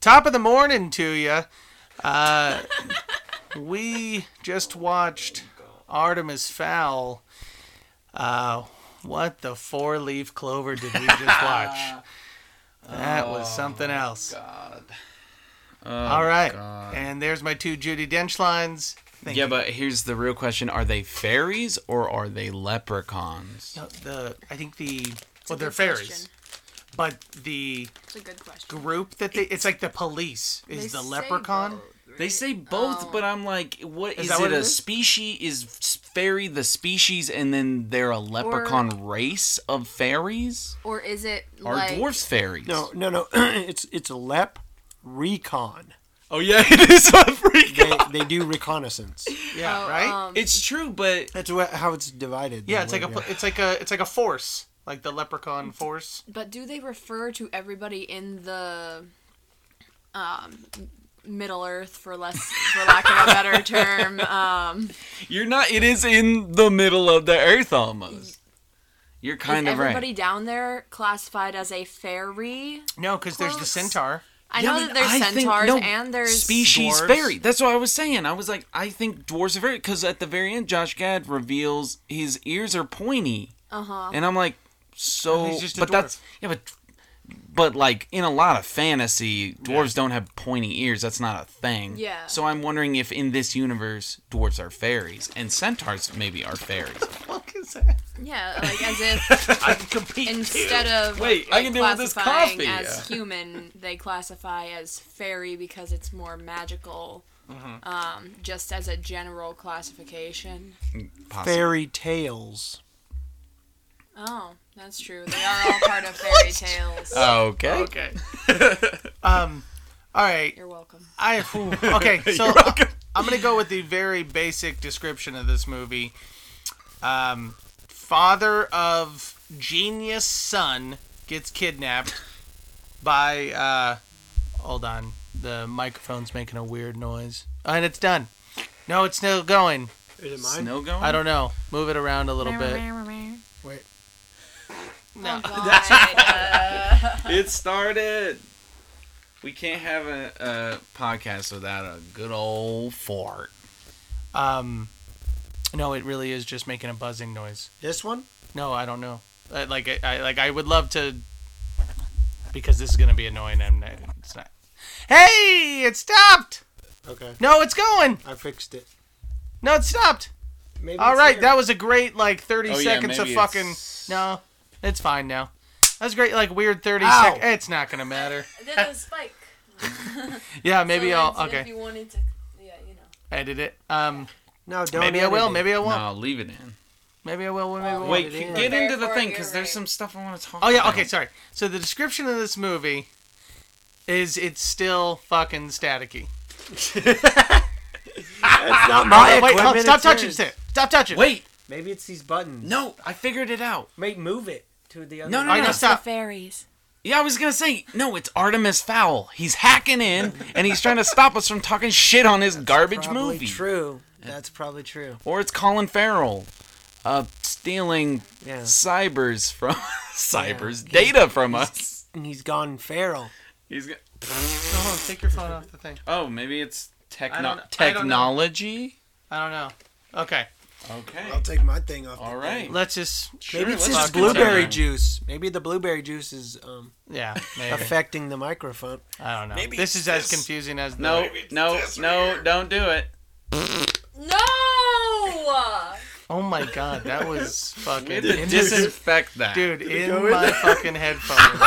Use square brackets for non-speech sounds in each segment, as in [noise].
Top of the morning to you. Uh, [laughs] we just watched Artemis Fowl. Uh, what the four leaf clover did we [laughs] just watch? That Oh was something else. God. Oh All right. And there's my two Judy Dench lines. Thank Yeah, you. but here's the real question: Are they fairies or are they leprechauns? No, Uh, the I think the well a they're good fairies, question. but the It's a good question. group that they it's like the police They is the say leprechaun. both, right? They say both, Oh. but I'm like, what is, that it, what it A is? species is fairy the species, and then they're a leprechaun race of fairies? or is it Are like dwarfs fairies? No, no, no. [clears throat] it's it's a lep recon. Oh yeah, [laughs] it is a freak. [laughs] They, they do reconnaissance. Yeah, Oh, right. um, It's true, but That's wha- how it's divided. yeah, that it's like a way, pl- it's like a it's like a force, like the leprechaun force. But do they refer to everybody in the um, Middle Earth, for less, for lack of a [laughs] better term? Um, you're not. It is in the middle of the earth almost. You're kind is of everybody right. down there classified as a fairy? No, because there's the Close. centaur. I Yeah, know but that there's I think- centaurs no, and there's species dwarves. fairy. That's what I was saying. I was like, I think dwarves are fairy because at the very end, Josh Gad reveals his ears are pointy, Uh huh. and I'm like, so. He's just a but dwarf. that's yeah, but but like in a lot of fantasy, dwarves don't have pointy ears. That's not a thing. Yeah. So I'm wondering if in this universe, dwarves are fairies and centaurs maybe are fairies. [laughs] What is that? Yeah, like as if I can compete. instead of Wait, I like, can deal with this classifying coffee. As Yeah. human, they classify as fairy because it's more magical. Um, just as a general classification. Possibly. fairy tales. Oh, that's true. They are all part of fairy tales. Uh, Okay. [laughs] okay. um. All right. You're welcome. I whew. okay. [laughs] So I, am gonna go with the very basic description of this movie. Um, father of genius son gets kidnapped by. Uh, hold on, the microphone's making a weird noise, oh, and it's done. No, it's still going. Is it Snow going? I don't know. Move it around a little bit. Wait. Oh, No. God. It started. We can't have a, a podcast without a good old fart. Um, no, it really is just making a buzzing noise. This one? No, I don't know. I, like I, I like I would love to because this is gonna be annoying. and I'm not, it's not. Hey, it stopped. Okay. No, it's going. I fixed it. No, it stopped. Maybe All it's right, there. that was a great like 30 Oh, yeah, seconds of maybe fucking. it's- No, it's fine now. That was great, like weird 30 Ow. sec. It's not gonna matter. Did a spike. Yeah, maybe So I'll that's okay If you wanted to, yeah, you know. edit it. Um, No, don't. maybe I edit will. it. Oh, Maybe I won't. No, leave it in. Maybe I will. Maybe I won't. Wait, it in. get into the Therefore, thing because you're there's right. some stuff I want to talk. Oh yeah, about. okay, sorry. So the description of this movie is it's still fucking staticky. It's not my Wait, equipment. hold, stop it's touching yours. it. Stop touching. Wait, Maybe it's these buttons. no, I figured it out. Wait, move it to the other. No, no, I no. know. That's stop. the fairies. Yeah, I was gonna say no. It's Artemis Fowl. He's hacking in and he's trying to stop us from talking shit on his garbage probably movie. True. That's probably true. Or it's Colin Farrell, uh, stealing Yeah. cybers from [laughs] cybers data from us. [laughs] And he's gone feral. He's go- Hold on, take your phone off the thing. oh, maybe it's I techno- don't- I don't know. technology. I don't know. Okay, Okay. take my thing off. All right. let's just Sure, Maybe it's let's his fucking take blueberry it. juice. Maybe the blueberry juice is um, yeah. Maybe. affecting the microphone. I don't know. Maybe this it's is as this. confusing as the- No, no, no! Don't do it. No. Oh my god, that was We had fucking to disinfect that. dude in my fucking headphones.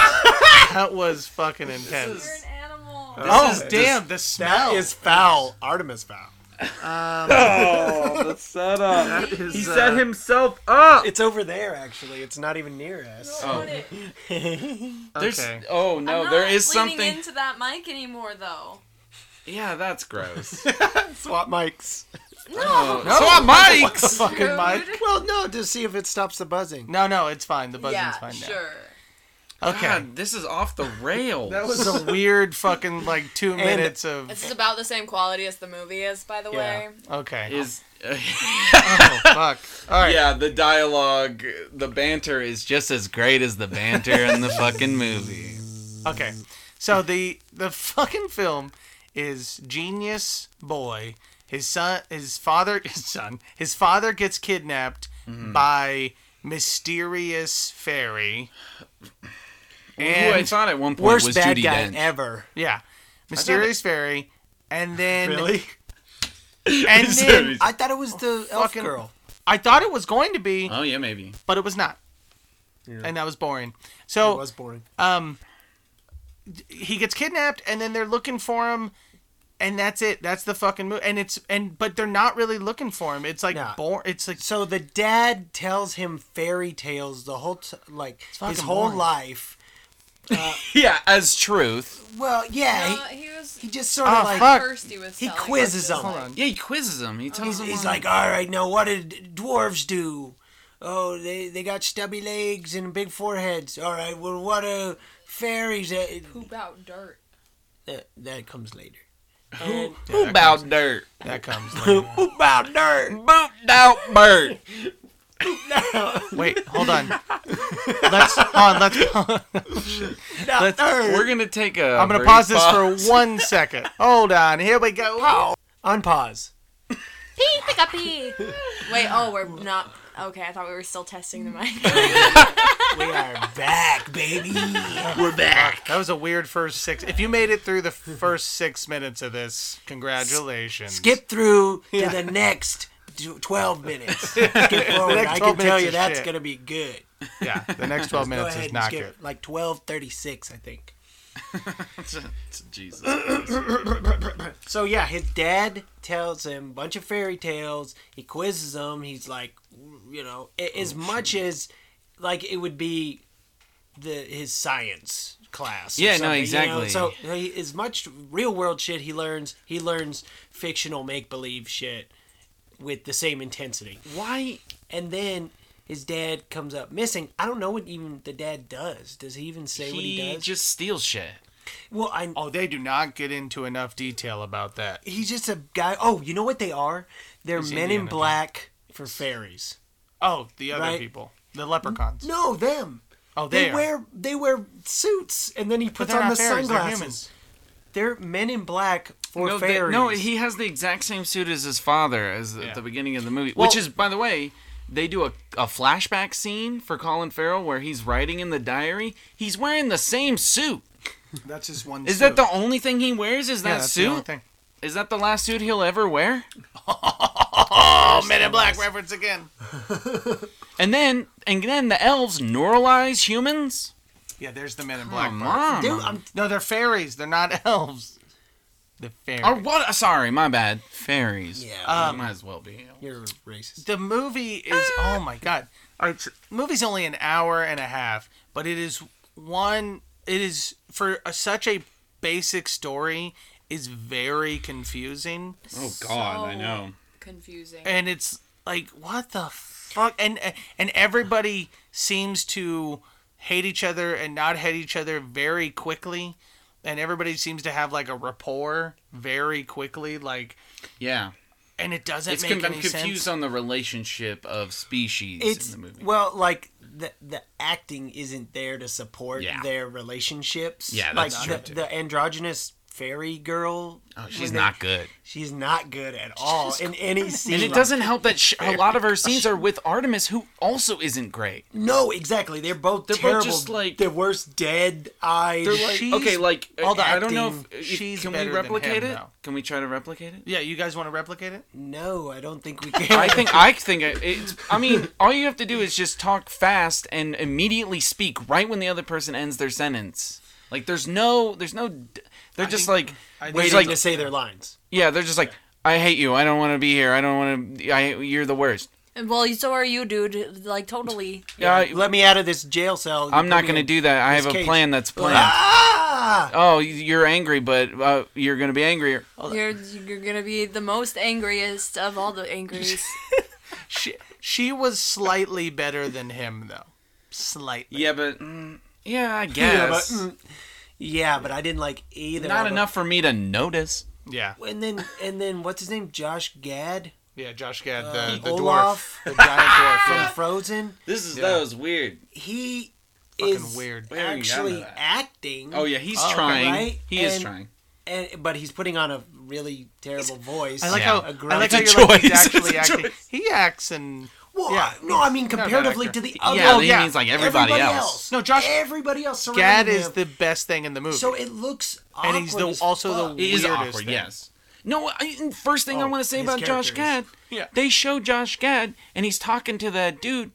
that was fucking [laughs] You're intense. an animal. Oh is- damn, the smell foul. Artemis foul. [laughs] Oh, the setup. That is, He uh, set himself up. It's over there, actually. It's not even near us. Oh. Put it- There's, Okay. oh no, I'm not there is leaning something. into that mic anymore, though. Yeah, [laughs] that's gross. [laughs] Swap mics. oh, No. [laughs] So am I. What the fucking mic. Rude. Well, no, to see if it stops the buzzing. No, no, it's fine. The buzzing's yeah, fine sure. now. Okay. God, this is off the rails. That was a weird fucking like two minutes of This is about the same quality as the movie is, by the way. okay. is. [laughs] Oh [laughs] fuck! All right. Yeah, the dialogue, the banter is just as great as the banter in the fucking movie. Okay. So the the fucking film is genius boy. His son, his father, [laughs] his son, his father gets kidnapped Mm-hmm. by mysterious fairy. Who I And thought at one point Worst was bad Judy guy Dench. ever. yeah, mysterious fairy, and then [laughs] Really? [laughs] and [laughs] then I thought it was the elf fucking- girl. I thought it was going to be, Oh yeah, maybe. but it was not, and that was boring. It So was boring. Um, he gets kidnapped and then they're looking for him and that's it that's the fucking movie and it's and but they're not really looking for him it's like No. bor- it's like So the dad tells him fairy tales the whole t- like his fucking whole boring. life. [laughs] Yeah, as truth. Well, No, yeah, he, he was he just sort of Oh, like fuck. thirsty with he selling quizzes him. himself. hold on Yeah, he quizzes him. He tells He's, him. he's like, all right, now what did dwarves do? Oh, they they got stubby legs and big foreheads. All right, well, what do fairies? Uh, Poop out dirt. that, that comes later. [laughs] uh, Who about dirt? that comes Poop out [laughs] dirt. Boop out bird. wait hold [laughs] on let's hold on let's [laughs] Not dirt. We're gonna take a. i'm gonna pause this [laughs] for one second hold on here we [laughs] go Unpause. Pee, pick up pee. [laughs] Wait, oh, we're not. Okay, I thought we were still testing the mic. [laughs] We are back, baby. [laughs] We're back. that was a weird first six if you made it through the first six minutes of this congratulations Skip through to the next tw- 12 [laughs] minutes. Skip forward. next I 12 can tell minutes you is that's shit. going to be good. yeah the next 12 [laughs] Go minutes ahead is and not skip good like 12:36, I think. for. Jesus. [coughs] So yeah, his dad tells him a bunch of fairy tales. He quizzes him. He's like, you know, Oh, a- as much as like it would be the his science class. or Yeah, no, something, you know? exactly. So he, as much real world shit he learns, he learns fictional make believe shit with the same intensity. Why? And then his dad comes up missing. I don't know what even the dad does. Does he even say what he He does? just steals shit. well, I oh they do not get into enough detail about that he's just a guy. Oh, you know what they are? They're He's men Indiana in Jones. black for fairies. oh the other Right. people the leprechauns No, them. oh They there. wear they wear suits, and then he But puts they're on the not fairies, they're sunglasses. humans. They're, men in black for no, they- fairies. no, he has the exact same suit as his father as at the beginning of the movie, Well- which is, by the way, they do a, a flashback scene for Colin Farrell where he's writing in the diary. He's wearing the same suit. That's just one. Is that the only thing he wears? Is that yeah, that's suit? the only thing. Is that the last suit he'll ever wear? Oh, Men in Black reference again. And then, and then the elves neuralize humans. Yeah, there's the Men in Black. Come part. on. Dude, I'm, No, they're fairies. They're not [laughs] elves. The fairies. Or what? Sorry, my bad. Fairies. Yeah. Um, might as well be. you're racist. The movie is. Oh my god. All right, so- movie's only an hour and a half, but it is one. It is for a, such a basic story is very confusing, Oh God, I So- know. Confusing. and it's like what the fuck, and and everybody seems to hate each other and not hate each other very quickly. And everybody seems to have like a rapport very quickly. Like Yeah. and it doesn't It's make con- I'm any confused sense. on the relationship of species It's in the movie. well, like the the acting isn't there to support Yeah. their relationships. Yeah, like that's the, true, too. the androgynous fairy girl. oh, when she's they- not good. She's not good at all in any scene. And it doesn't help that sh a lot of [laughs] her scenes are with Artemis, who also isn't great. No, exactly. They're both They're both terrible. just, like- the worst dead eyes. They're like, She's- okay, like all the I don't know if, acting, if- she's can we better than replicate him, it. though. Can we try to replicate it? Yeah, you guys want to replicate it? no, I don't think we [laughs] can. I think I think it- it's. I mean, all you have to do is just talk fast and immediately speak right when the other person ends their sentence. Like there's no, there's no. d- They're just think- like I think- it's waiting like to say their lines. yeah, they're just like I hate you. I don't want to be here. I don't want to. I you're the worst. well, so are you, dude. Like, totally. Yeah, I- Let me out of this jail cell. I'm not Put gonna me in- do that. I have this a cage. plan that's planned. Ah! Oh, you're angry, but uh, you're gonna be angrier. You're, you're gonna be the most angriest of all the [laughs] angries. She she was slightly better than him though. Slightly. Yeah, but mm, [laughs] yeah, I Yeah, guess but mm, yeah, but I didn't like either. not of enough for me to notice. Yeah. them. And then and then what's his name? Josh Gad Yeah, Josh Gad, the, the Uh, Olaf. [laughs] Ah! dwarf. The giant dwarf. from yeah. Frozen. This is that was weird. He Fucking is weird. Where are you down to actually that? acting. Oh yeah, he's Oh, okay. trying. Right? He is And- trying. and, but he's putting on a really terrible voice. I like Yeah. how A I like how It's a you're like he's choice. [laughs] It's actually a acting. choice. He acts and Well, Yeah. no, I mean bad comparatively actor. to the other. yeah, oh, he yeah. means like everybody, else. No, Josh- Everybody else surrounding Gad is him. the best thing in the movie. So it looks awkward. And he's the- as also the fuck. It is weirdest awkward. thing. Yes. No. I, and first thing I Oh, want to say his about Josh Gad. characters. [laughs] Yeah. They show Josh Gad, and he's talking to that dude,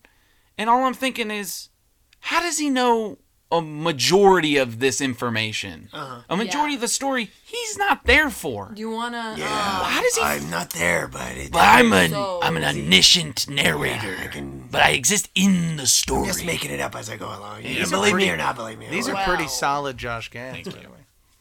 and all I'm thinking is, how does he know a majority of this information? Uh-huh. A majority Yeah. of the story he's not there for. Do you wanna? uh, Yeah. How does he? I'm not there, but it But I'm an So- I'm an omniscient narrator, I can but I exist in the story. just making it up as I go along. You These are believe me pretty- or not believe me. These are Wow. pretty solid Josh Gad. by the way.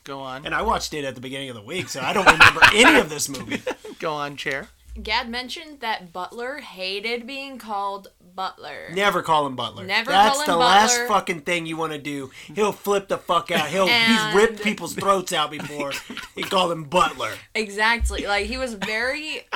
Go on. and I watched it at the beginning of the week, so I don't [laughs] remember any of this movie. Go on, chair. Gad mentioned that Butler hated being called Butler. Never call him Butler. Never That's call him the last Butler. fucking thing you want to do. He'll flip the fuck out. He'll And- he's ripped people's throats out [laughs] before. he called him Butler. [laughs] Exactly. Like he was very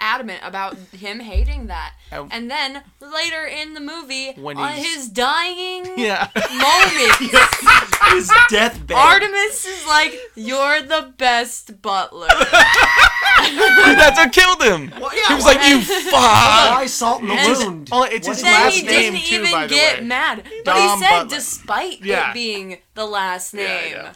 adamant about him hating that. Oh. And then later in the movie, When on he's- his dying [laughs] Yeah. moment, [laughs] His deathbed. Artemis is like, "You're the best [laughs] butler." [laughs] That's what killed him. Well, yeah, He was well, like, [laughs] you fuck. why salt in the And- wound? Oh, it's What his is then last he name didn't too, even by the get way. mad. But Dom he said, Butler. despite Yeah. it being the last name, yeah.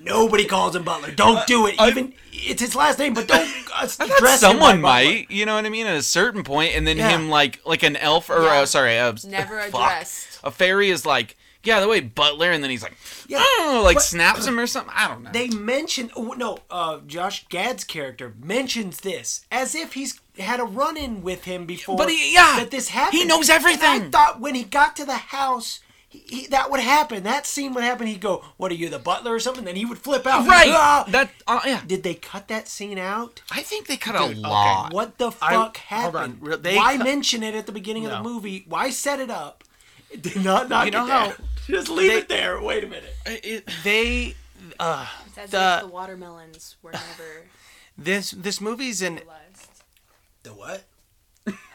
Nobody calls him Butler. Don't do it. Even it's his last name, but don't [laughs] uh, That dress him someone like Butler. might, you know what I mean, at a certain point, and then Yeah. him like like an elf or Yeah. uh, sorry, uh, [laughs] never fuck. addressed. A fairy is like, yeah, the way Butler, and then he's like, Yeah, oh, like but- snaps him or something. I don't know. They mention oh, no. Uh, Josh Gad's character mentions this as if he's had a run-in with him before. But he- yeah, that this happened. he knows And I everything. thought when he got to the house. He, he- that would happen. That scene would happen. He'd go, "What are you, the butler or something?" Then he would flip out. right? Ah! That uh, Oh, yeah. Did they cut that scene out? I think they cut a lot. What the I- fuck hold on. happened? Re- they Why cut- mention it at the beginning of No. the movie? Why set it up? Did not knock You know it how- down. [laughs] Just leave it there. Wait a minute. It- They It's as The- if the watermelons were never this this movie's an realized. The what?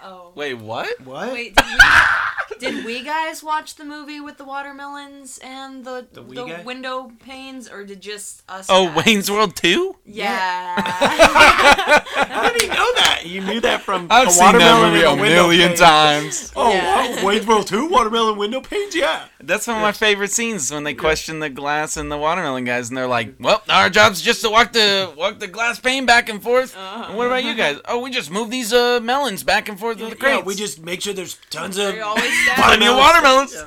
Oh. wait, what? What? Wait, did we, [laughs] did we guys watch the movie with the watermelons and the the, we guy? window panes, or did just us? Oh, guys? Wayne's World two. [laughs] Yeah. [laughs] How did he know that? You knew that from I've a seen that watermelon movie in a window million pane. times. Oh, Yeah. wow. Wayne's World 2 watermelon window panes? Yeah. That's one of my favorite scenes when they question the glass and the watermelon guys, and they're like, "Well, our job's just to walk the walk the glass pane back and forth." And what about you guys? Oh, we just move these uh, melons back and forth with the crates. Yeah, we just make sure there's tons of. we always said plenty of watermelons.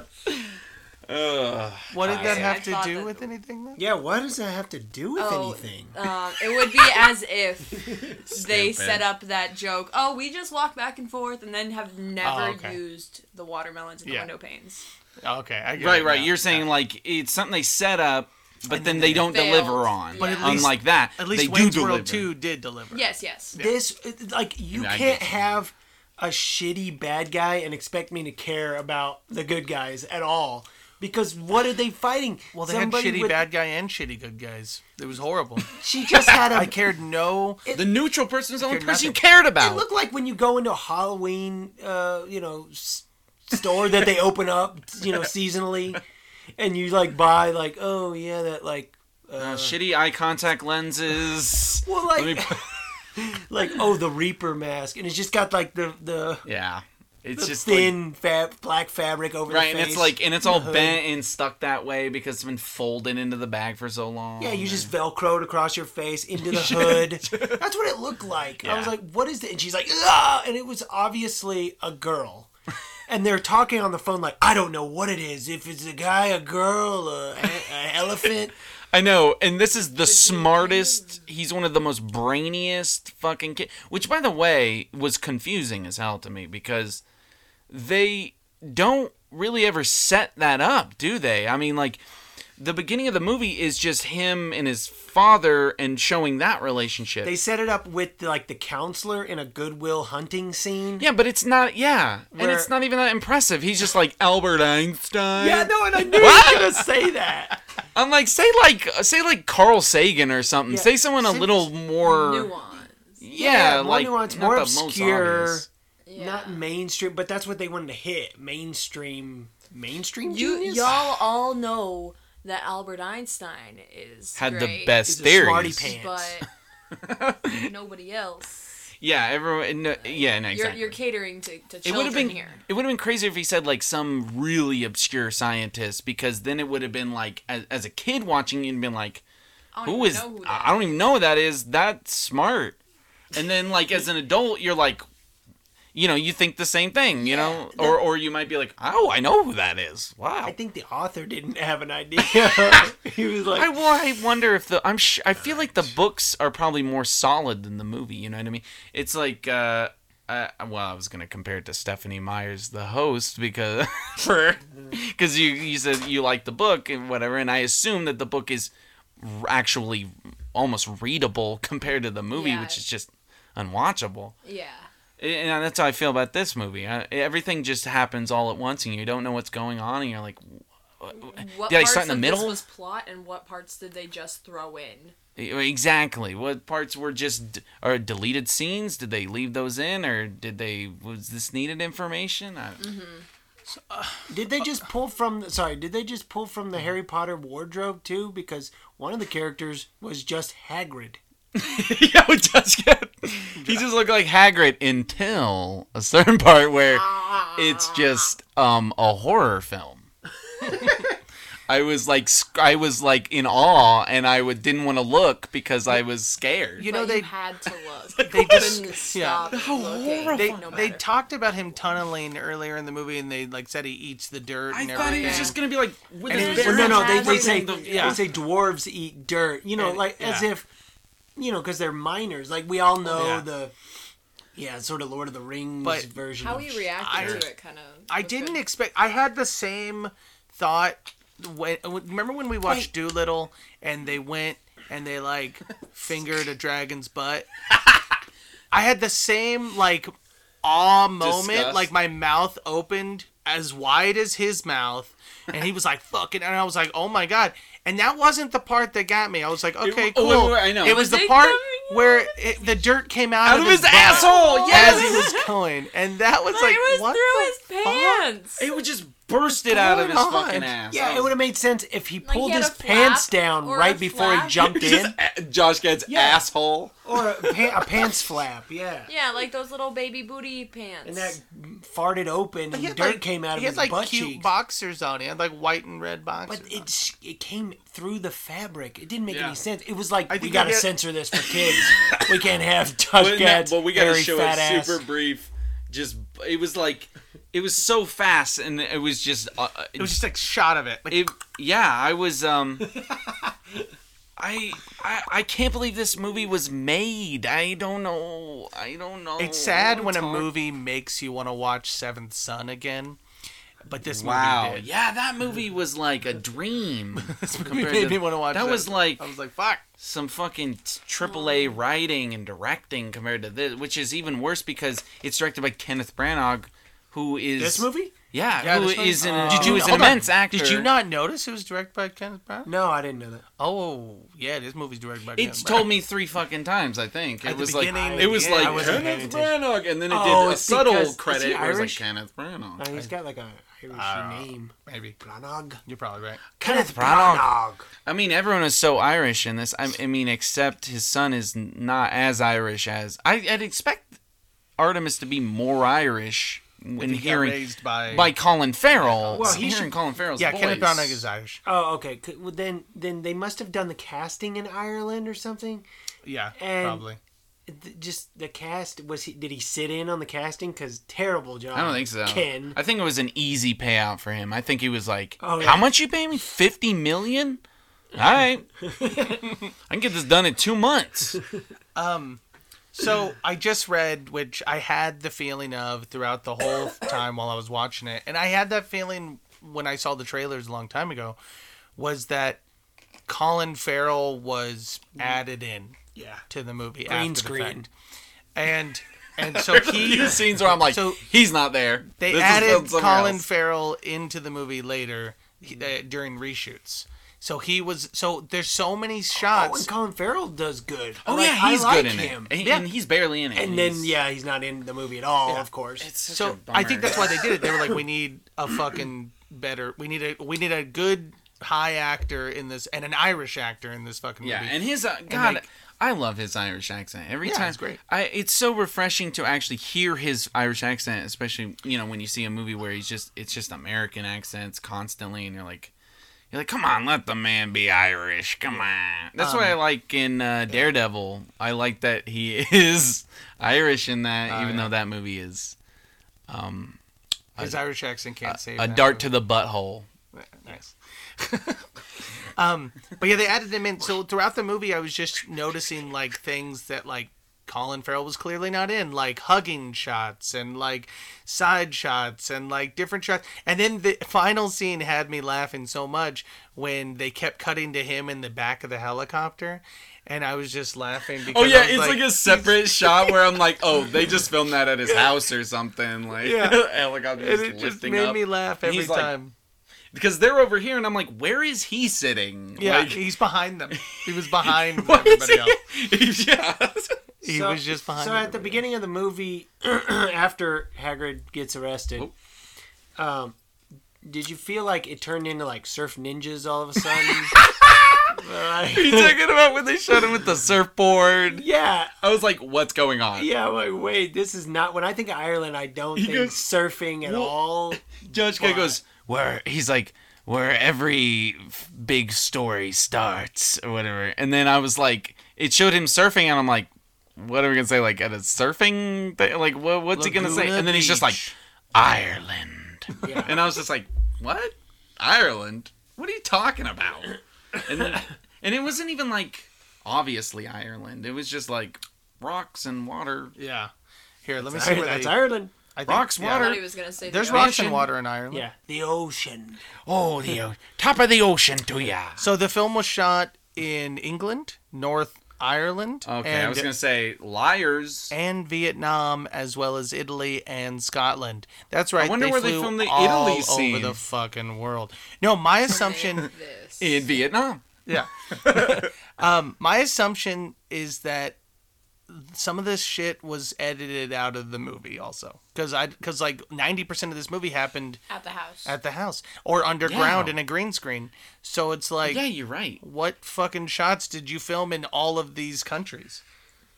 what did that I have to thought do that- with anything though? Yeah, what does that have to do with Oh, anything? Um, it would be as [laughs] if they set up that joke. Oh, we just walk back and forth, and then have never Oh, okay. used the watermelons and the Yeah. window panes. Okay, I get Right, it right. now. You're saying like it's something they set up, but then they don't failed. deliver on. But at least- unlike that, at least they Wayne's do deliver. World Two did deliver. Yes, yes. This, like, you Yeah, I can't get you. have a shitty bad guy and expect me to care about the good guys at all. Because what are they fighting? Well, they had shitty bad guy and shitty good guys. It was horrible. She just had [laughs] a. I cared no. The neutral person is the only Cared person you nothing. cared It about. looked like when you go into a Halloween, uh, you know, s- store that they open up, you know, seasonally, and you like buy like, oh yeah, that like, Uh, shitty eye contact lenses. well, Let me- like, [laughs] like oh the Reaper mask, and it's just got like the the yeah, it's just like- thin fab black fabric over Right, and the face. it's like, and it's all hood. bent and stuck that way because it's been folded into the bag for so long. Yeah, you just velcroed across your face [laughs] into the hood. That's what it looked like. I was Yeah. like, "What is it?" And she's like, "Ah!" And it was obviously a [laughs] girl. And they're talking on the phone like, "I don't know what it is. If it's a guy, a girl, a, an [laughs] elephant." I know, and this is the smartest. He's one of the most brainiest fucking kid. Which, by the way, was confusing as hell to me because they don't really ever set that up, do they? I mean, like the beginning of the movie is just him and his father and showing that relationship. They set it up with like the counselor in a Goodwill hunting scene. yeah, but it's not. Yeah, and Where- it's not even that impressive. He's just like Albert Einstein. Yeah, no, and I knew he was gonna say that. I'm like, say like, say like Carl Sagan or something. Say someone a little more. Nuance. Yeah, [laughs] Yeah, more like nuanced, not more the most obscure. obvious. Yeah. Not mainstream, but that's what they wanted to hit—mainstream mainstream You genius. y'all all know that Albert Einstein is Had the great, best He's a smarty theories. pants. but [laughs] nobody else. Yeah, everyone. No, yeah, no, You're exactly. you're catering to, to it would children have been here. it would have been crazier if he said like some really obscure scientist because then it would have been like as, as a kid watching it and been like I don't who even is know who that I I don't even know who that is that's smart and then like as an adult you're like you know you think the same thing you know or or you might be like oh I know who that is wow I I, think the author didn't have an idea. [laughs] he was like, wo- I wonder if the I'm sh- I feel like the books are probably more solid than the movie you know what I mean it's like uh uh, well, I was gonna compare it to Stephanie Myers, the host, because [laughs] for because you you said you like the book and whatever, and I assume that the book is r- actually almost readable [laughs] compared to the movie, Yeah. which is just unwatchable. Yeah. And and that's how I feel about this movie. I, everything just happens all at once, and you don't know what's going on, and you're like, What Did I parts start in the of middle? This was plot, and what parts did they just throw in? exactly what parts were just are deleted scenes? Did they leave those in, or did they was this needed information? I, did they just pull from? The, sorry, did they just pull from the Harry Potter wardrobe too? Because one of the characters was just Hagrid. [laughs] yeah, we just get. He just looked like Hagrid until a certain part where it's just um a horror film. I was like sc- I was like in awe, and I would didn't want to look because I was scared. You know but they you [laughs] had to look. they they just- couldn't yeah. stop looking. they, no they matter. talked about him tunneling earlier in the movie, and they like said he eats the dirt. I And thought he everything. was just gonna be like, with And his it's- beard no, no, they, out they and say the- they say dwarves eat dirt. You know, And- like as yeah. if you know because they're miners. Like we all know Yeah. the yeah, sort of Lord of the Rings But version. How of he sh- I- reacted to it, kind of. I didn't expect. I had the same thought when. Remember when we watched Doolittle and they went and they [laughs] like fingered a dragon's butt. I had the same like awe moment. Disgust. Like my mouth opened as wide as his mouth, and he was like "fucking," and I was like, "Oh my god." And that wasn't the part that got me. I was like, okay, oh, cool. wait, wait, wait, I know. It was Was the it part coming where it, the dirt came out, out of his butt asshole. as [laughs] Yes, he was going, and that was like, it was what the through his fuck? pants. it would just burst it out of his Come on. fucking ass. Yeah, it would have made sense if he pulled he had his a flap pants down or right a before he flap. [laughs] jumped in, Josh Gad's Yeah. asshole. or a, pa- a pants flap. Yeah. Yeah, like those little baby booty pants. and that farted open and He had, dirt like- came out of he had, his like butt cute cheeks. boxers on. He had like white and red boxers. but it sh- it came through the fabric. It didn't make Yeah. any sense. It was like we think I gotta get- censor this for kids. we can't have Josh But, no, Gad's but we gotta hairy show fat it ass. super brief. Just it was like it was so fast, and it was just uh, it was just like shot of it. Like, it, yeah. I was um. I, I I can't believe this movie was made. I don't know. I don't know. it's sad when a It's hard. movie makes you want to watch Seventh Son again. But this Wow. movie did. Yeah, that movie was like a dream. [laughs] This movie compared made to- me want to watch. that was like- I was like, fuck. some fucking t- AAA writing and directing compared to this, which is even worse because it's directed by Kenneth Branagh, who is [laughs] This movie? Yeah, Yeah, who this movie- is an Uh, did you, Hold is an on. immense actor. Did you not notice it was directed by Kenneth Branagh? No, I didn't know that. Oh yeah, this movie's directed by. It's Kenneth told me three fucking times. I think it At the was like beginning, it was yeah, I like wasn't paying Kenneth Branagh, and then it Oh, did a it's subtle because- is he credit where it was like Irish? Kenneth Branagh. No, he's got like a Irish name. Branagh. Maybe Branagh. you're probably right. Kenneth Branagh. Branagh. I mean, everyone is so Irish in this. I, I mean, except his son is n- not as Irish as I, I'd expect Artemis to be more Irish when He got hearing raised by by Colin Farrell. Well, he hearing should- Colin Farrell's yeah, voice. Kenneth Branagh is Irish. Oh, okay. C- Well, then, then they must have done the casting in Ireland or something. Yeah, And- probably. Th- Just the cast was he? Did he sit in on the casting? Because terrible job. I don't think so. Um, Ken. I think it was an easy payout for him. I think he was like, Oh, yeah. "How much you pay me? Fifty million? All right, I can get this done in two months." So I just read, which I had the feeling of throughout the [coughs] whole time while I was watching it, and I had that feeling when I saw the trailers a long time ago, was that Colin Farrell was added in Mm. Yeah. to the movie Green after screen. The fact. and [laughs] and so he Few scenes where I'm like, So- "He's not there." they This is added filmed somewhere Colin else. Farrell into the movie later he- Mm. uh, during reshoots. So he was so there's so many Oh, and shots. Colin Farrell does good. Oh Like, yeah, he's I like good in him. it. And, Yeah. and he's barely in it. And then He's- yeah, he's not in the movie at all. Of course. It's such a So bummer. I think that's why they did it. They were like, we need a fucking better. We need a we need a good high actor in this and an Irish actor in this fucking Yeah, movie. and his uh, God, like- I love his Irish accent. Every Yeah, time, it's great. I it's so refreshing to actually hear his Irish accent, especially you know when you see a movie where he's just it's just American accents constantly, and you're like. You're like, come on, let the man be Irish. Come on. That's what Um, I like in uh, Daredevil. I like that he [laughs] is Irish in that, Oh, even though that movie is His Irish accent can't save a that dart to the butthole. Nice. [laughs] um, but yeah, they added him in. So throughout the movie, I was just noticing like things that like Colin Farrell was clearly not in, like hugging shots and like side shots and like different shots. And then the final scene had me laughing so much when they kept cutting to him in the back of the helicopter. And I was just laughing Oh, because I was [laughs] separate shot where I'm like, oh, they just filmed that at his house or something. Like, [laughs] Yeah. helicopter and it just made me laugh every He's like- time. because they're over here, and I'm like, where is he sitting? yeah, [laughs] Like, he's behind them. He [laughs] was behind why is everybody [laughs] else. he- yeah. [laughs] He So- was just behind. So at the everybody. beginning of the movie, [clears throat] after Hagrid gets arrested, um, did you feel like it turned into like surf ninjas all of a [laughs] sudden? Like, you talking about when they shot him with the surfboard? yeah, I was like, what's going on? yeah. Like, wait, this is not. When I think of Ireland, I don't think goes, surfing at all. [laughs] Judge guy goes, where he's like, where every f- big story starts or whatever. And then I was like, it showed him surfing, and I'm like, what are we gonna say? Like at a surfing, thing? like what, what's he gonna say? Laguna And then he's just like, Beach. Ireland. Yeah. And I was just like, what? Ireland? What are you talking about? [laughs] And then, and it wasn't even like obviously Ireland. It was just like rocks and water. Yeah. Here, let me see where That's they- Ireland. I think- Rocks, yeah. I water. thought he was gonna say There's the rocks ocean. and water in Ireland. Yeah, the ocean. Oh, the o- top of the ocean to ya. So the film was shot in England, North Ireland, Okay, and, I was gonna say liars. and Vietnam, as well as Italy and Scotland. That's right. wonder they where they flew filmed the all Italy scene. over the fucking world. No, my ocean. assumption. This. In Vietnam. yeah. [laughs] um, my assumption is that some of this shit was edited out of the movie also because i because like 90% of this movie happened at the house. at the house or underground Yeah. in a green screen so it's like Yeah, you're right. what fucking shots did you film in all of these countries?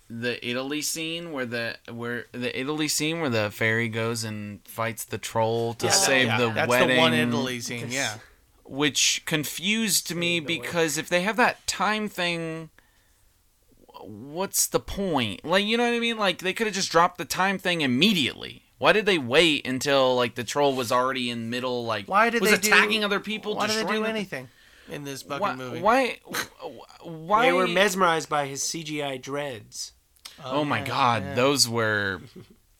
The Italy scene where the where the Italy scene where the fairy goes and fights the troll to Yeah, that- save yeah, the that's wedding. the one Italy scene, yeah. which confused me because if they have that time thing wh- what's the point like you know what i mean like they could have just dropped the time thing immediately why did they wait until like the troll was already in middle like Why did was they attacking do, other people Why did they destroying do the- anything in this fucking why, movie? why why They were mesmerized by his CGI dreads. oh my yeah, god yeah. those were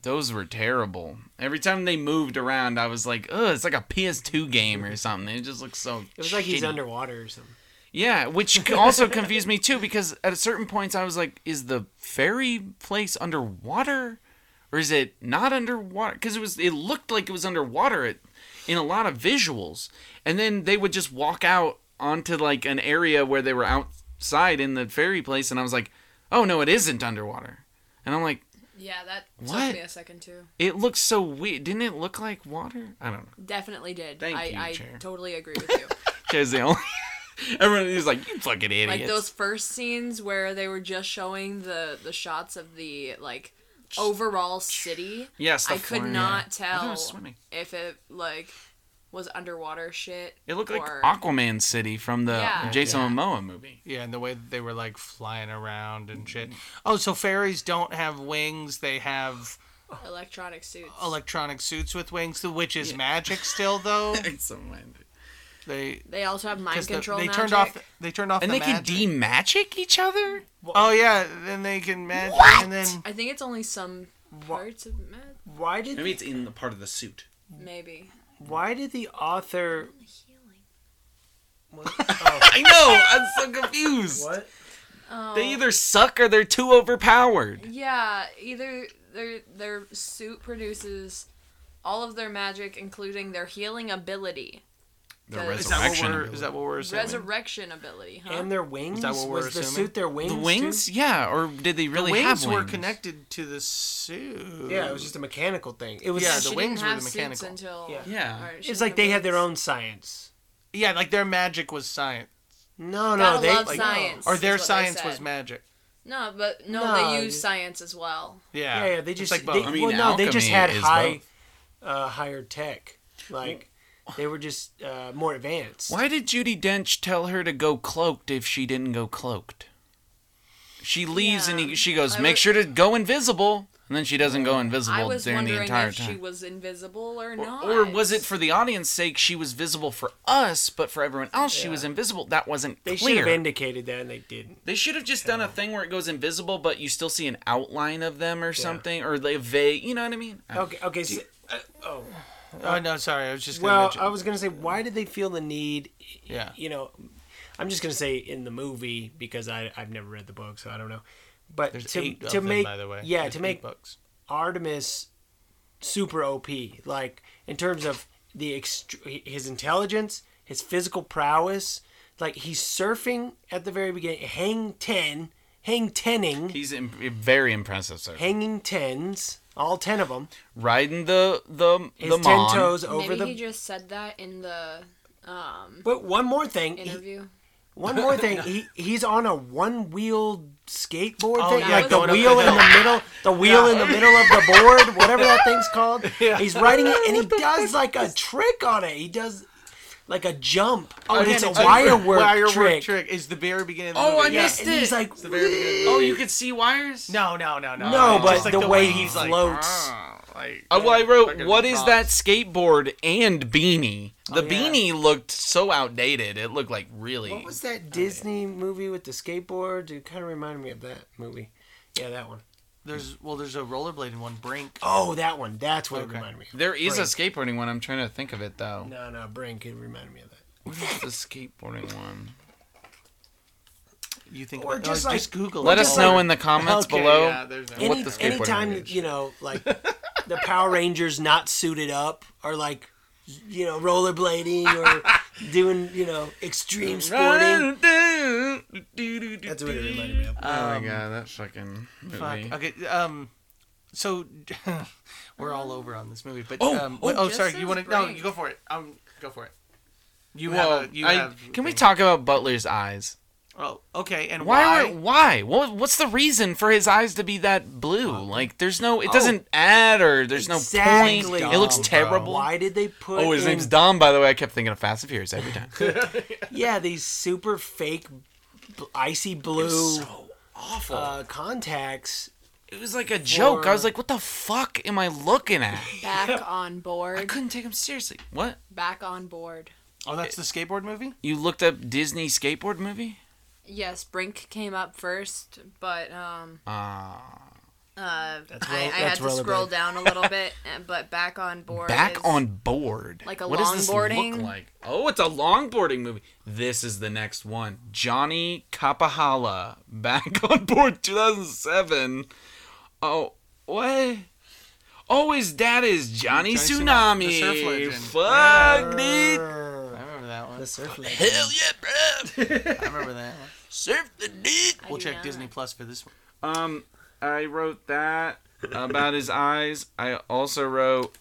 those were terrible every time they moved around i was like oh it's like a ps2 game or something it just looks so It was like he's shitty. underwater or something. Yeah, which c- also confused me too because at a certain points I was like, is the ferry place underwater, or is it not underwater? Because it was, it looked like it was underwater at, in a lot of visuals, and then they would just walk out onto like an area where they were outside in the ferry place, and I was like, oh no, it isn't underwater, and I'm like, yeah, that What? took me a second too. it looks so weird. Didn't it look like water? I don't know. Definitely did. Thank I, you, I Chair. totally agree with you. Because the only [laughs] everyone is like, you fucking idiots. like those first scenes where they were just showing the the shots of the like overall city. Yes, the I could floor, yeah. not I thought it tell was swimming. if it like was underwater shit. It looked or- like Aquaman City from the Yeah. Jason Yeah. Momoa [laughs] movie. Yeah, and the way that they were like flying around and shit. Oh, so fairies don't have wings; they have electronic suits. Oh, electronic suits with wings, which is magic still, though. [laughs] They they also have mind 'cause the- control. they magic. turned off. They turned off. And the they can magic. demagic each other? Oh yeah, then they can magic, and then I think it's only some parts of ma- Why did it's in the part of the suit. maybe. why did the author [laughs] I know! I'm so confused. what? They either suck or they're too overpowered. Oh, Yeah, either their their suit produces all of their magic, including their healing ability. The The- Is Is that what we're? resurrection. ability. Is that what we're assuming? Resurrection ability, huh? And their wings? that what we're was the assuming? suit their wings? the too? wings? Yeah, or did they really wings, have wings? were connected to the suit. Yeah, it was just a mechanical thing. It was Yeah, yeah, the she wings were didn't have the suits mechanical. until Yeah. Yeah. or she it's didn't like have they had their wings. own science. Yeah, like their magic was science, No, Gotta no, they love like, science. or That's their what they science was said. magic. No, but no, No, they used you- science as well. Yeah, Yeah, yeah, they It's just like they, both. I mean, well, no, they just had alchemy is high, uh, higher tech. Like they were just uh, more advanced. Why did Judy Dench tell her to go cloaked if she didn't go cloaked? She leaves and Yeah. he, she goes, I "Make was- sure to go invisible," and then she doesn't go invisible I was during wondering the entire if time. she was invisible or, Or- not. Or was it for the audience's sake she was visible for us, but for everyone else she was invisible? That wasn't They should clear. have indicated that, and they didn't. they should have just done a thing where it goes invisible, but you still see an outline of them or something, or they vague. You know what I mean? I- Okay, okay. So, uh, oh, Oh no, sorry, I was just gonna well, mention. I was gonna say, why did they feel the need? Yeah. you know, I'm just gonna say in the movie because I I've never read the book, so I don't know. But There's to eight to of them, make by the way. yeah There's to eight make books. Artemis super OP, like in terms of the ext- his intelligence, his physical prowess. Like he's surfing at the very beginning, hang ten, hang tenning, He's im- very impressive, sir. hanging tens, all ten of them. Riding the the His the ten mom. toes over Maybe the. he just said that in the um, but one more thing, he- interview. [laughs] One more thing, he he's on a one wheeled skateboard thing, Oh, yeah, like the going up wheel the in the middle, the wheel in the middle of the board, whatever [laughs] that thing's called. He's riding it, and he does like a trick on it. He does like a jump. Oh, it's a Again, wire work wire trick. trick is the very beginning. Of the Oh, movie. I yeah. missed And it. he's like, It's the very beginning. Of the oh, movie. you could see wires. No, no, no, no. No, It's but just like the way he he's like, floats. "Ah," like, Oh, well, I wrote, fucking what is props. that skateboard and beanie? The beanie looked so outdated. It looked like really. what was that Disney movie with the skateboard? It kind of reminded me of that movie. Yeah, that one. There's well, there's a rollerblade in one brink. Oh, that one. That's what Okay. it reminded me. of. there is a skateboarding one. I'm trying to think of it though. No, no, Brink. It reminded me of that. What is the skateboarding one? You think Or about, just oh, like- just Google Let it. us just know like- in the comments Okay, below. yeah, there's no- Any- what the skateboarding anytime is. you know like the power rangers not suited up or like you know rollerblading or doing you know extreme sporting that's what it reminded me of Oh my god, that fucking movie. Fuck. Okay. Um. So [laughs] we're all over on this movie, but Oh, um, what- oh, This sorry. You is want to? No, great. you go for it. Um, go for it. You Well, have. A, you I- have. can we thing. talk about Butler's eyes? Oh, okay. And why? Why? Why? why? What, what's the reason for his eyes to be that blue? Like, there's no. It doesn't add or there's no point. It looks Dom, terrible. why did they put Oh, his in, name's Dom, by the way. I kept thinking of Fast and Furious every [laughs] time. yeah these super fake bl- icy blue awful. uh, contacts it was like a joke. I was like, what the fuck am I looking at? Back on I board. couldn't take him seriously. What? Back on board. oh, that's the skateboard movie. You looked up Disney skateboard movie? Yes, Brink came up first, but um, Uh, uh, I, I roll- had that's to scroll rollerblade. down a little bit. uh, But back on board. back is- on board. like a what does this look longboarding? like? Oh, it's a longboarding movie. This is the next one. Johnny Kapahala, [laughs] back on board 2007. Oh, what? Oh, his dad is Johnny Johnny, Tsunami, Tsunami. the surf legend. Fuck, dude. I Err, remember that one. Uh, the surf lady. Hell yeah, bro! I remember that. [laughs] One. Surf the dick. I We'll do check not. Disney Plus for this one. Um, I wrote that about his eyes. I also wrote.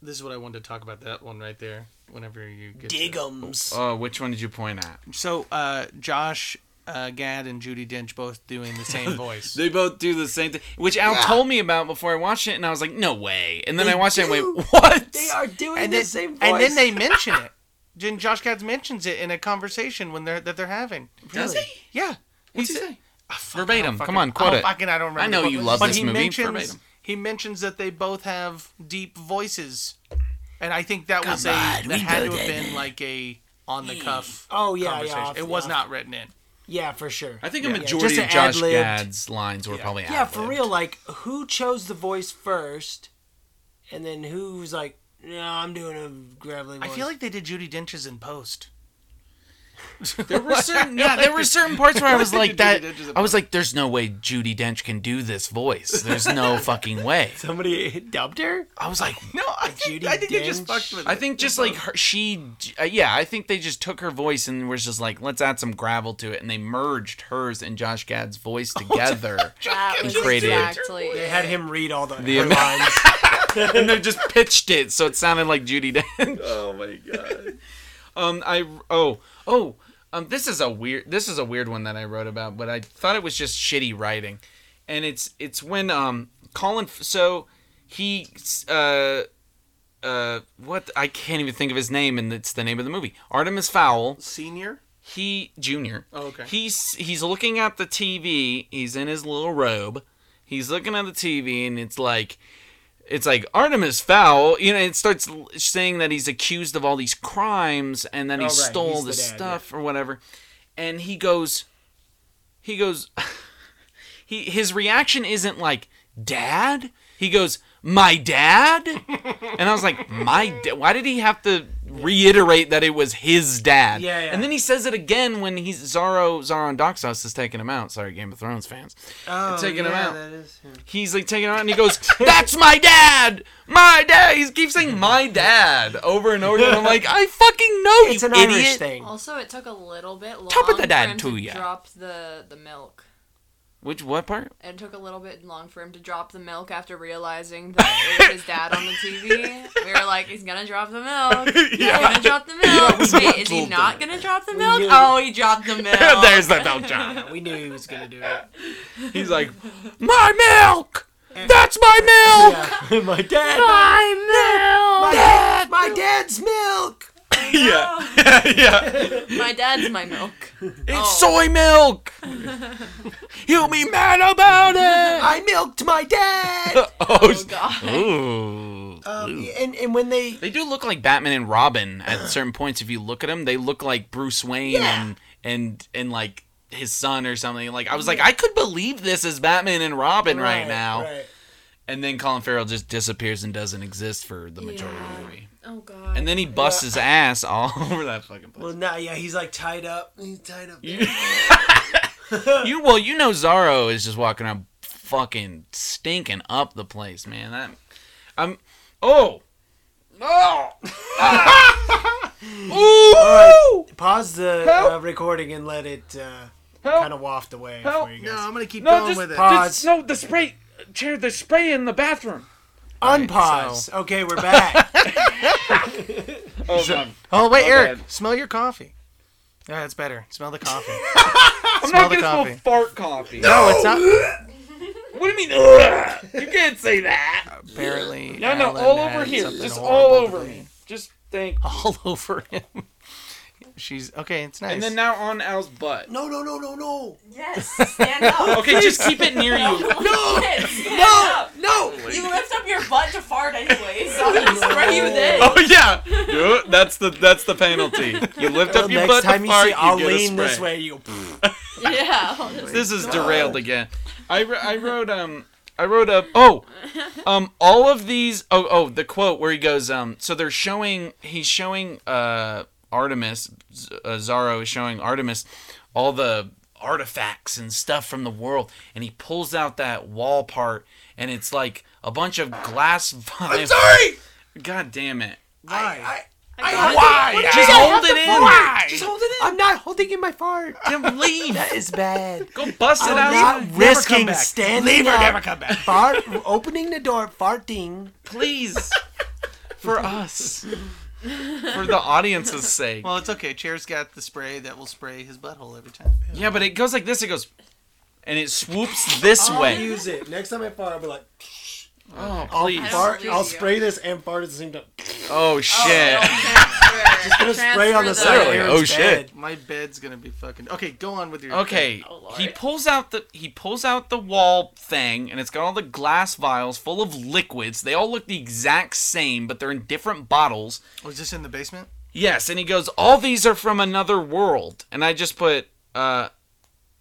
This is what I wanted to talk about. That one right there. Whenever you get to- Diggums. Oh, which one did you point at? So, uh, Josh uh, Gad and Judy Dench both doing the same voice. They both do the same thing, which Al told me about before I watched it, and I was like, "No way!" And then I watched it, and do. went, "What?" They are doing and the then, same voice. and then they mention it. Then Josh Gad mentions it in a conversation when they're that they're having. Does Really? he? Yeah. What's he said- say? Ah, fuck, Verbatim. I don't Come fucking- on, quote I don't it. Fucking, I don't remember. I the know quote. you love but this he movie. Mentions, Verbatim. He mentions that they both have deep voices, and I think that was a Come on, that we had know to have that. been like a on the cuff. Oh, yeah, yeah, conversation. off it the- was off- not written in. yeah for sure I think a Just majority an of Josh ad-libbed- Gad's lines were probably Yeah, for ad-libbed. real. Like, who chose the voice first, and then who's like, no, I'm doing a gravelly voice. I feel like they did Judy Dench's in post. There were [laughs] certain yeah, there were certain parts where I was like Judi that. Dench is a I was like, "There's no way Judy Dench can do this voice. There's no fucking way." Somebody [laughs] dubbed her. I was like, No, I think, Judi I think they just Dench. fucked with it. I think just like her, she, uh, yeah, I think they just took her voice and was just like, let's add some gravel to it, and they merged hers and Josh [laughs] Gad's Oh, voice together, That And was created- exactly. They had him read all the, The her amount- lines. [laughs] and they just pitched it so it sounded like Judy [laughs] Dench. Oh my god. Um, I oh oh, um, this is a weird this is a weird one that I wrote about, but I thought it was just shitty writing, and it's it's when um Colin F- so he uh uh what I can't even think of his name, and it's the name of the movie Artemis Fowl. Senior? he junior. Oh, okay. He's he's looking at the TV. He's in his little robe. He's looking at the TV, and it's like, it's like Artemis Fowl. You know, it starts l- saying that he's accused of all these crimes, and then he Oh, right. stole He's the this dad, stuff or whatever. And he goes, he goes, [laughs] he his reaction isn't like dad. He goes, my dad, and I was like, my. Da- why did he have to reiterate that it was his dad? Yeah, yeah. And then he says it again when he's Zorro, Zorro and Doxos is taking him out. Sorry, Game of Thrones fans. Oh, taking yeah, him out. That is him. He's like taking him out and he goes, That's my dad! My dad! He keeps saying my dad over and over again. I'm like, I fucking know It's you an idiot. Irish thing. Also, it took a little bit long Top of the dad for him to to ya. drop the, the milk. Which what part? It took a little bit long for him to drop the milk after realizing that it was his dad on the TV. We were like, he's gonna drop the milk. He's gonna drop the milk. Wait, is he not gonna drop the milk? knew. Oh, he dropped the [laughs] milk. There's the milk jar. We knew he was gonna do it. He's like, My milk! That's my milk! Yeah. [laughs] my dad. My milk! Dad, my dad's milk. Yeah. [laughs] yeah. My dad's my milk. It's soy milk. He'll be mad about it. [laughs] I milked my dad. Oh god. Ooh. um, and and when they They do look like Batman and Robin [clears throat] at certain points. If you look at them, they look like Bruce Wayne and and and like his son or something. Like I was like, I could believe this is Batman and Robin right, now. right. And then Colin Farrell just disappears and doesn't exist for the majority of the movie. Oh god. And then he busts his ass all [laughs] over that fucking place. Well, now yeah, he's like tied up. He's tied up. You well, you know Zorro is just walking around fucking stinking up the place, man. That I'm oh no. [laughs] Ooh! Pause the uh, recording and let it uh, kind of waft away for you guys. No, I'm going to keep No, going just- with it. Pause. just- no, the spray chair, the spray in the bathroom. Unpause. Okay, we're back. Oh, God. Oh, wait, Eric. bad. Smell your coffee. Yeah, that's better. Smell the [laughs] coffee. I'm Smell not the gonna coffee. smell fart coffee. no, it's not. What do you mean? Ugh? You can't say that. Apparently. No, no, Alan all had over here, something just horrible all over to me. Just think. [laughs] all over him. She's okay. It's nice. And then now on Al's butt. no, no, no, no, no. Yes, stand [laughs] up. Okay, just keep it near you. No! No, no. You lift up your butt to fart anyways, so I'm spray you this. [laughs] Oh yeah, Yeah, that's the that's the penalty. You lift Well, up your next butt time to you fart, see, I'll you get lean a this spray. way. You. [laughs] Yeah. This is derailed again. I, wr- I wrote um I wrote up oh um all of these oh oh the quote where he goes um so they're showing he's showing uh Artemis Z- uh, Zorro is showing Artemis all the artifacts and stuff from the world and he pulls out that wall part and it's like a bunch of glass I'm Sorry. God damn it. [laughs] Why? Why? Just hold it in. Just hold it in. I'm not holding in my fart. Then leave. That is bad. Go bust it I'm out. not risking standing Leave her, up. never come back. Fart, opening the door, farting. Please. For us. For the audience's sake. Well, it's okay. Chair's got the spray that will spray his butthole every time. yeah, but it goes like this. It goes. And it swoops this way. Use it next time I fart. I'll be like, Oh, I'll please. fart. do I'll you. spray this and fart at the same time. Oh, shit. Gonna spray on the side. of Literally, Aaron's oh, shit. bed. My bed's gonna be fucking. Okay, go on with your. Okay. Oh, Lord. he pulls out the he pulls out the wall thing and it's got all the glass vials full of liquids. They all look the exact same, but they're in different bottles. Was this in the basement? Yes, and he goes, All these are from another world. And I just put, uh,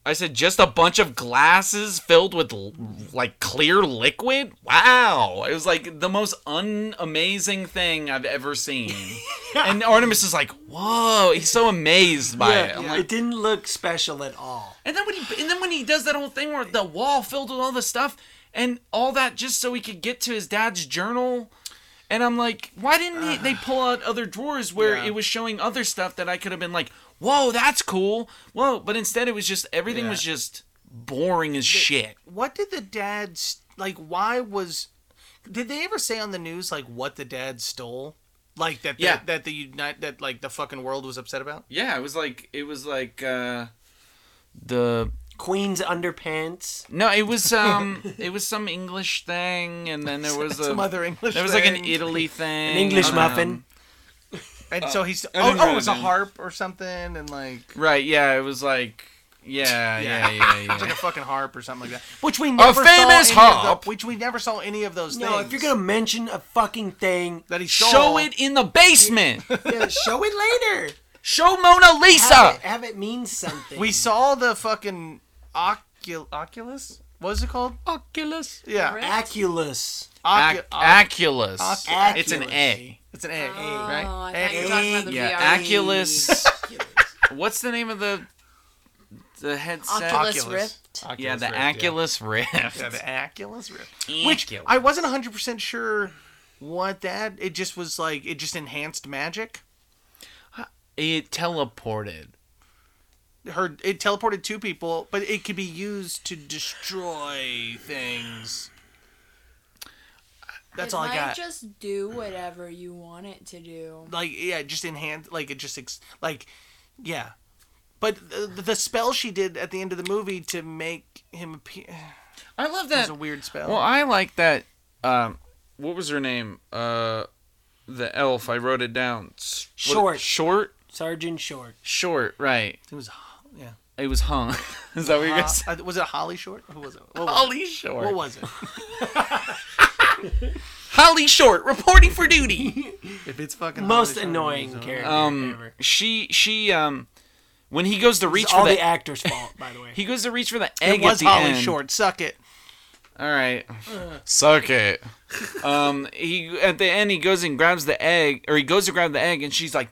I said just a bunch of glasses filled with l- like clear liquid. Wow! It was like the most unamazing thing I've ever seen. And Artemis is like, "Whoa!" He's so amazed by it. I'm like, it didn't look special at all. and then when he and then when he does that whole thing where the wall filled with all the stuff and all that just so he could get to his dad's journal. And I'm like, why didn't he, they pull out other drawers where Yeah. it was showing other stuff that I could have been like, whoa, that's cool, whoa. But instead, it was just everything Yeah. was just boring as shit. What did the dads like? Why was? Did they ever say on the news like what the dad stole? Like that? The, Yeah. That the unite that like the fucking world was upset about. Yeah, it was like it was like uh, the Queen's underpants. no, it was um, it was some English thing, and then [laughs] there was a Some other English. there was like [laughs] an thing. Italy thing, An English um, muffin. And so he's I oh, didn't oh write it was it a down. harp or something and like Right, yeah, it was like yeah, yeah, Yeah. yeah, yeah. [laughs] it's like a fucking harp or something like that. Which we A never saw famous any of the- harp. which we never saw any of those No, things. if you're gonna mention a fucking thing, that he stole. Show it in [laughs] the basement. yeah, show it later. Show Mona [laughs] Have Lisa. it, have it mean something. We saw the fucking ocul- Oculus. What is it called? Oculus. Yeah, Rift? Aculus. Ocu- Oc- Aculus. Oculus. It's an A. It's an A, Oh, right? I A. thought you were talking about the Yeah, VR. Aculus. What's the name of the the headset? Oculus. Rift. Oculus Yeah, the Rift, Aculus Rift. Yeah, the Oculus Rift. Which I wasn't 100% sure what that. It just was like it just enhanced magic. it teleported. Her it teleported two people, but it could be used to destroy things. That's it all I might got. just do whatever you want it to do. like yeah, just enhance like it just ex- like yeah. But the, the spell she did at the end of the movie to make him appear [sighs] I love was that. a weird spell. Well, I like that. Um, what was her name? Uh, the elf. I wrote it down. S- what- Short. Short. Sergeant Short. Short. Right. it was ho- yeah. It was hung. [laughs] Is that what you're Uh, gonna say? I- was it Holly Short? Who was it? What was, Holly Short. it? What was it? Holly Short reporting [laughs] for duty. If it's fucking Most Holly Short, annoying it's- character um, ever. she she um, when he goes to reach It's for all the, [laughs] the actor's fault, by the way. he goes to reach for the egg It was at the Holly end. Short. Suck it. [laughs] All right. Suck it. um, he at the end he goes and grabs the egg, or he goes to grab the egg, and she's like,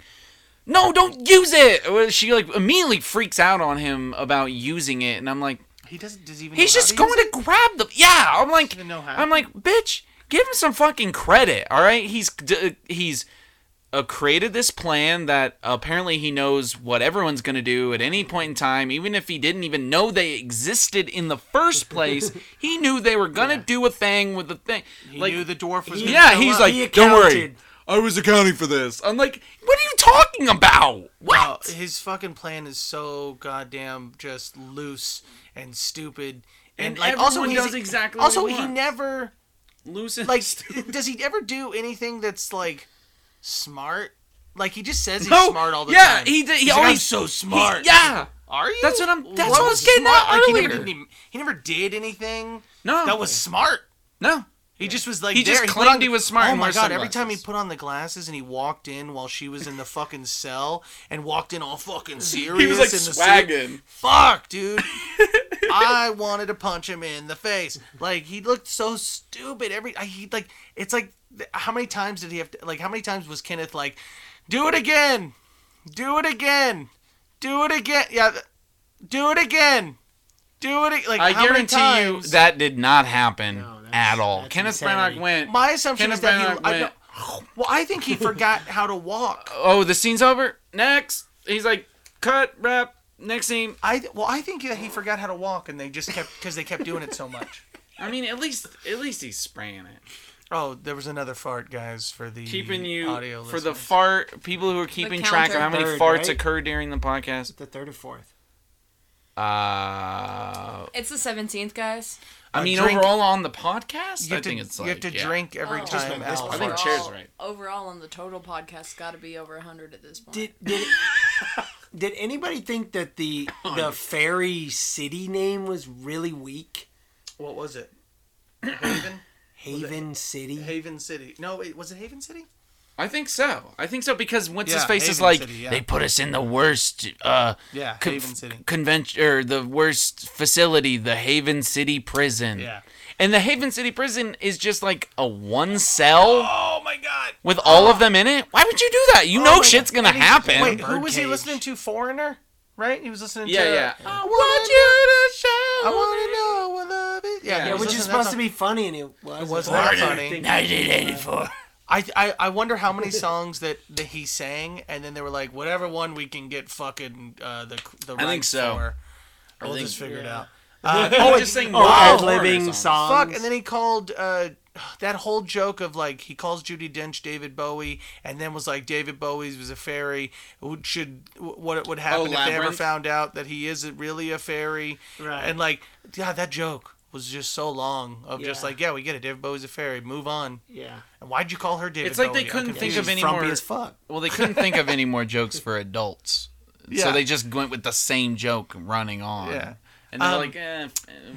"No, don't use it." Well, She like immediately freaks out on him about using it, and I'm like, He doesn't. Does he even? "He's know how just to use going to grab the yeah." I'm like, even know how. I'm like, "Bitch, give him some fucking credit, all right?" He's d- he's uh, created this plan that apparently he knows what everyone's going to do at any point in time, even if he didn't even know they existed in [laughs] the first place. he knew they were going to do a thing with the thing. He knew the dwarf was. gonna yeah, show he's up. like, He don't worry. accounted." I was accounting for this. I'm like, what are you talking about? Wow, What? his fucking plan is so goddamn just loose and stupid. And, And like, also everyone he's- does exactly what Also, he he wants. never Lucid. like. does he ever do anything that's like smart? Like he just says he's [laughs] No, smart all the yeah, time. he did- he He's like, always- I'm so smart. yeah. are you? That's what I'm- that's What what I was getting smart? at Like, he, never earlier. did any- he never did anything No. that was smart. No. He just was like He just there. put claimed on- he was smart Oh and my wore god! Every time he sunglasses. put on the glasses and he walked in while she was in the fucking cell and walked in all [laughs] fucking serious. in the suit. Fuck, dude! I wanted to punch him in the face. Like he looked so stupid. Every I, he like it's like th- how many times did he have to like how many times was Kenneth like, do it again, do it again, do it again, yeah, th- do it again, do it. ag-" Like I how many guarantee you times- that did not happen that's- at all. that's Kenneth insanity. Branagh went. My assumption Kenneth is that Branagh he. I went- don't- well, I think he forgot how to walk. oh, the scene's over. Next, he's like, cut, wrap. Next scene. I well, I think that he forgot how to walk, and they just kept because they kept doing it so much. I mean, at least, at least he's spraying it, Oh, there was another fart, guys, for the keeping you audio for the listeners. fart. People who are keeping counter. track of how many Third, farts right? occur during the podcast. The third or fourth. Uh, It's the 17th, guys. I Uh, mean, drink- overall on the podcast, You I have to, think it's like you have to yeah. drink every Oh. Just time. like this out. part. I think Overall- Chair's right. Overall, on the total podcast, got to be over 100 at this point. Did did did anybody think that the the fairy city name was really weak? What was it? Haven, [laughs] Haven City. Haven City. No, wait, was it Haven City? I think so. I think so because what's his Yeah, face is Haven like City, yeah. they put us in the worst uh Yeah, con- Haven City. convention or the worst facility, the Haven City prison. Yeah. And the Haven City prison is just like a one cell Oh my god. with all of them in it. Why would you do that? Oh You know shit's gonna happen. Wait, who was he Birdcage. listening to? Foreigner, right? He was listening yeah, to. yeah. I I want wanna know what love is. Yeah, Yeah, he Yeah, was which is listening supposed to that be funny, and it wasn't. It wasn't that funny. Think- 1984. song. I, I I wonder how [laughs] many songs that, that he sang, and then they were like, whatever one we can get fucking uh, the the think rights so. for, we'll think- just figure it yeah. out. [laughs] Uh, Oh, oh, just saying. Oh, wild ad-libbing horror songs. songs. fuck! And then he called uh, that whole joke of like he calls Judy Dench David Bowie, and then was like David Bowie's was a fairy. Who Should what would happen if they ever Labyrinth? found out that he isn't really a fairy? Right. And like, yeah, that joke was just so long of just Yeah. like, yeah, we get it. David Bowie's a fairy. Move on. Yeah. And why'd you call her David? It's like they Bowie? I'm couldn't think confused. of any frumpy more- as fuck. Well, they couldn't think of any more jokes for adults, so Yeah. they just went with the same joke running on. Yeah. and they're Um, like, eh,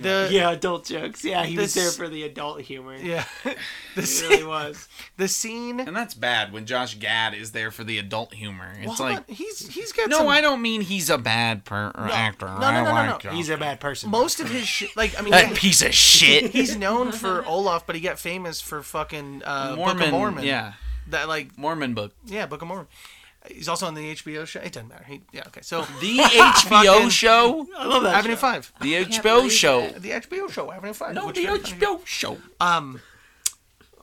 the Yeah, adult jokes. Yeah, he This- was there for the adult humor. yeah. [laughs] The, He scene, really was. the scene. and that's bad when Josh Gad is there for the adult humor. Well, It's hold on, like, he's he's got no, some- I don't mean he's a bad per- or actor. no, no, no, no, I no. like him. [laughs] He's a bad person. most of his shit. Like I mean, that yeah, piece of shit. [laughs] he's known for Olaf, but he got famous for fucking uh, Book Mormon, of Mormon. yeah, that like Mormon [laughs] book. yeah, Book of Mormon. He's also on the HBO show. It doesn't matter. He, yeah, okay. [laughs] So The HBO [laughs] show, I love that. Avenue show. Five, the can't HBO believe show, it. the HBO show, Avenue Five. no, which- the HBO show. Um,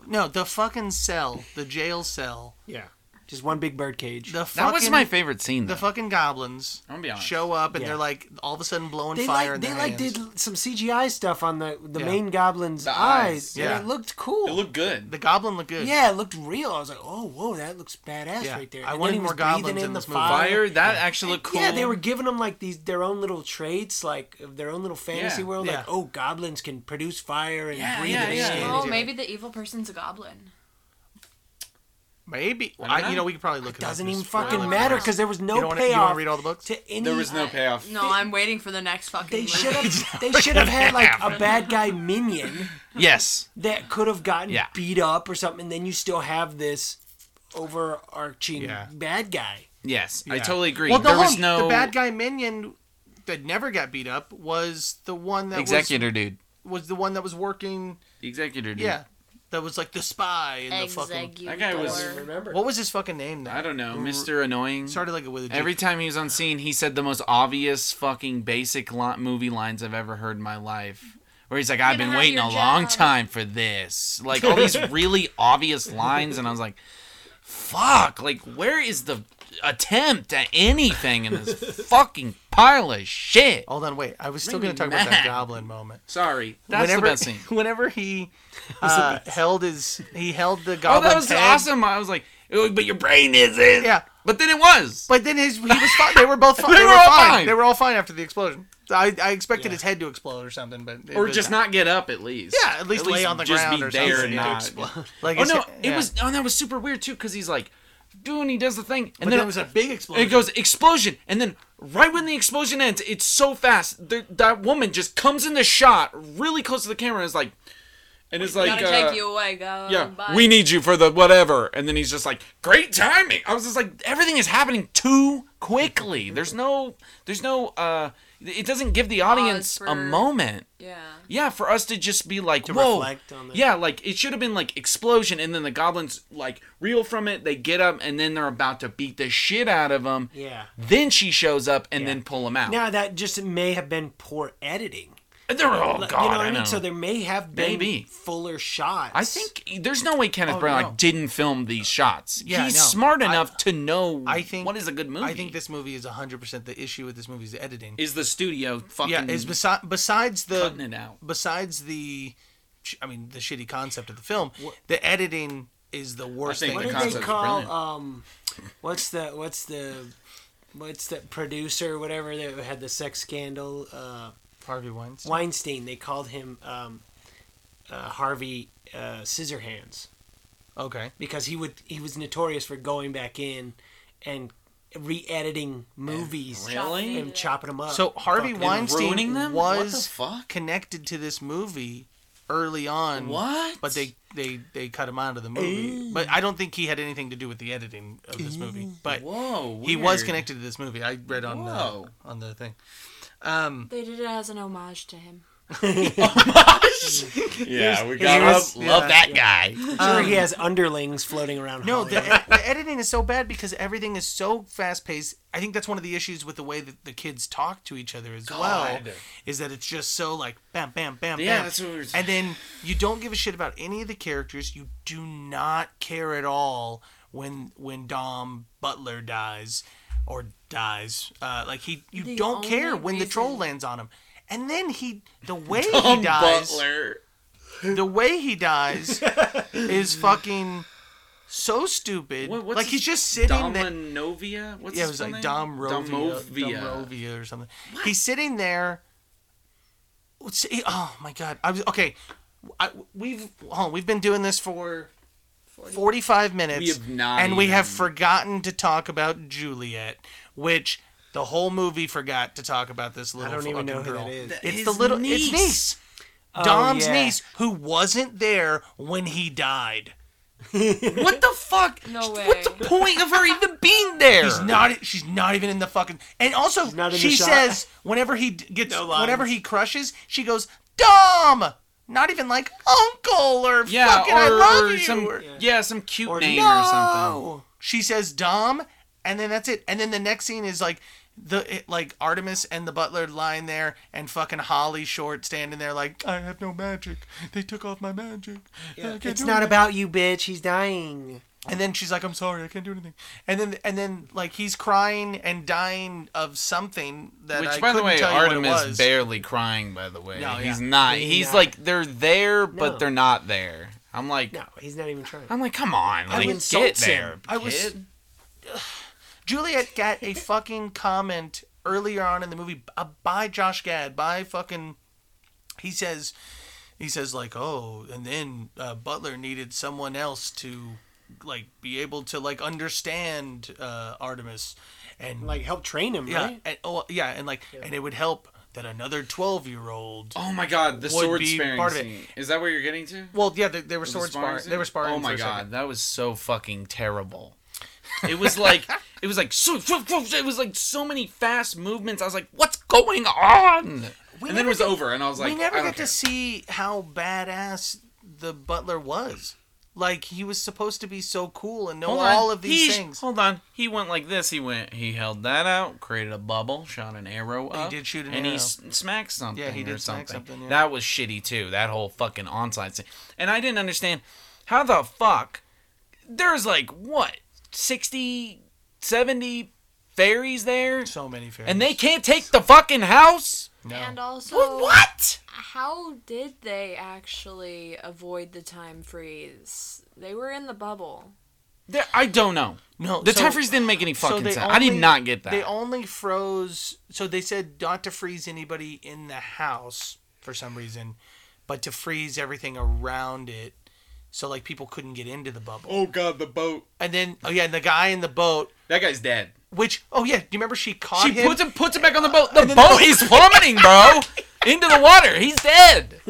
no, the fucking cell, the jail cell, Yeah. Just one big bird cage. the fucking. That was my favorite scene. the Though. fucking goblins I'm gonna be honest. show up and Yeah. they're like all of a sudden blowing they fire like in they their like hands. did some CGI stuff on the the Yeah. main goblin's The eyes, eyes. and yeah. it looked cool. it looked good. the goblin looked good. yeah, it looked real. I was like, oh, whoa, that looks badass Yeah. right there. I And wanted then he was more goblins breathing in the this movie. Fire that actually looked cool. Yeah, they were giving them like these their own little traits, like of their own little fantasy Yeah. world. Yeah. Like, oh, goblins can produce fire and Yeah, breathe yeah, it yeah. in. Oh, maybe the evil person's a goblin. Maybe don't I, know. you know we could probably look. It, up Doesn't and even spoil it. fucking matter because there was no You don't wanna- you payoff. don't read all the books? to any. There was no payoff. No, I'm waiting for the next fucking. [laughs] They movie. [laughs] should have. They should have had like a bad guy minion Yes. that could have gotten Yeah. beat up or something. And then you still have this overarching Yeah. bad guy. Yes, I Yeah. totally agree. Well, there no, was no the bad guy minion that never got beat up was the one that executor Hmm. dude. was was the one that was working. The executor dude. Yeah, that was like the spy and the fucking. Executor. That guy was- Remember? What was his fucking name? Then? I don't know, Mr. Annoying. Started like a with a G. Every time he was on scene, he said the most obvious fucking basic lo- movie lines I've ever heard in my life. Where he's like, "I've been gonna have waiting a your long job." time for this," like all [laughs] these really obvious lines, and I was like, "Fuck! Like, where is the attempt at anything in [laughs] this fucking pile of shit?" Hold on, wait. I was still Made going me to talk about that mad. goblin moment. Sorry, that's whenever, the best [laughs] scene. [laughs] Whenever he uh, held his, he held the Oh, goblin. that was tag, awesome! I was like, "Oh, "But your brain isn't." Yeah. But then it was. But then his, he was fine. They were [laughs] both fine. They they, were were all fine. fine. They were all fine after the explosion. I, I expected his head to explode or something, but it or was just not. not. get up at least. Yeah, at least lay on the just ground be or there something, and yeah. not [laughs] Like Oh his no, head- it yeah. was. Oh, that was super weird too, because he's like, doing he does the thing, and But then it was a big explosion. It goes explosion, and then right when the explosion ends, it's so fast. There, that woman just comes in the shot really close to the camera, and is like, and it's like, Gotta uh, take you away. Go. yeah, Bye. we need you for the whatever. And then he's just like, great timing. I was just like, everything is happening too quickly. There's no, there's no, uh, it doesn't give the audience a for- moment. Yeah. Yeah, for us to just be like, whoa. reflect on that. Yeah, like it should have been like explosion, and then the goblins like reel from it. They get up, and then they're about to beat the shit out of them. Yeah. Then she shows up and then pull them out. Now that just may have been poor editing. and they're oh god, Like, you know what I I know. mean? So there may have been Maybe. fuller shots. I think there's no way Kenneth Oh, Branagh no. like didn't film these shots. Yeah, he's no. smart I- enough to know. I think what is a good movie. I think this movie is 100% the issue with this movie is the editing. is the studio fucking yeah, is besi- besides cutting the it out. besides the sh- I mean the shitty concept of the film, the editing is the worst I thing. think the What that could- did concept's they call brilliant. um? What's the what's the what's the producer whatever that had the sex scandal? Uh, Harvey Weinstein. Weinstein. They called him um, uh, Harvey uh, Scissorhands Okay. because he would he was notorious for going back in and re-editing movies Really? and chopping them up. So Harvey Fucking- Weinstein ruining them? What the was fuck? connected to this movie early on. What? Eh. But they they they cut him out of the movie. But I don't think he had anything to do with the editing of this movie. But Whoa. he was Eh. weird. connected to this movie. I read on uh, Whoa. on the thing. Um, They did it as an homage to him. [laughs] Yeah, we Here's- got here's- love, love yeah, that guy. sure, he has underlings floating around. no, the, Hollywood. the editing is so bad because everything is so fast paced. I think that's one of the issues with the way that the kids talk to each other as well. God. Is that it's just so like bam, bam, bam, Yeah, bam. that's what we were And then you don't give a shit about any of the characters. You do not care at all when when Dom Butler dies or dies. Uh, like he, you The don't care only when the troll reason- lands on him. And then he, the way [laughs] Tom he dies, Butler. the way he dies is fucking so stupid. What- what's like his- he's just sitting there. Domnovia? What's Yeah, it his was full like name? Dom Rovia, Domovia. Dom Rovia or something. He's sitting there. What's- he- Oh my god! I was okay. I, we've oh, we've been doing this for forty-five minutes, We have not and we have even- forgotten to talk about Juliet, which the whole movie forgot to talk about this little. I don't fucking even know who girl. that is. Oh, It's His the little. niece. It's niece. Dom's yeah. niece, who wasn't there when he died. What the fuck? No way. What's the point of her even being there? She's not. e, She's not even in the fucking. And also, not in the she shot. says whenever he d- gets, No lines. whenever he crushes, she goes Dom. Not even like uncle or Yeah, fucking or, I love or you. some or, yeah. some cute Or name no. or something. She says Dom, and then that's it. And then the next scene is like the it- like Artemis and the butler lying there, and fucking Holly Short standing there like I have no magic. They took off my magic. I can't it's do not anything." about you, bitch. He's dying. And then she's like, "I'm sorry, I can't do anything." And then, and then, like he's crying and dying of something that Which, I by the couldn't way, tell you what it Artemis was. barely crying. By the way, No, yeah. he's not. He's Yeah. like they're there, but No. they're not there. I'm like, No, he's not even trying. I'm like, come on, like, get insults there. him. I was- kid. [sighs] Juliet got a fucking comment earlier on in the movie uh, by Josh Gad by fucking. He says, he says like, "Oh," and then uh, Butler needed someone else to, like, be able to like understand uh, Artemis, and Like help train him, yeah, right? and, oh yeah, and like, and it would help that another twelve year old. Oh my god, the would sword be sparing part of it. scene. Is that what you're getting to? Well, yeah, they, they were The sword sparring. scene? They were sparring. Oh my for a god, second. that was so fucking [laughs] terrible. It was like it was like so it was like so many fast movements. I was like, what's going on? and then never it was get- over, and I was like, we never I don't get care. to see how badass the butler was. Like he was supposed to be so cool and know Hold on. all of these He's- things. Hold on. He went like this. He went. He held that out, created a bubble, shot an arrow up. did shoot an and arrow. he s- smacked something. Yeah, he or did something. smack something, yeah. That was shitty too. That whole fucking onside scene. And I didn't understand how the fuck there's like what 60, 70 fairies there, So many fairies. and they can't take the fucking house. no. And also, Wh- what? how did they actually avoid the time freeze? They were in the bubble. There, I don't know. No, the so- time freeze didn't make any fucking they sense. I did only- not get that. They only froze. So they said not to freeze anybody in the house for some reason, but to freeze everything around it, so like people couldn't get into the bubble. oh god, the boat. And then oh yeah, and the guy in the boat. That guy's dead. Which oh yeah, do you remember she caught She him? puts him puts him back on the boat. The boat [laughs] is plummeting, bro. Into the water. He's dead.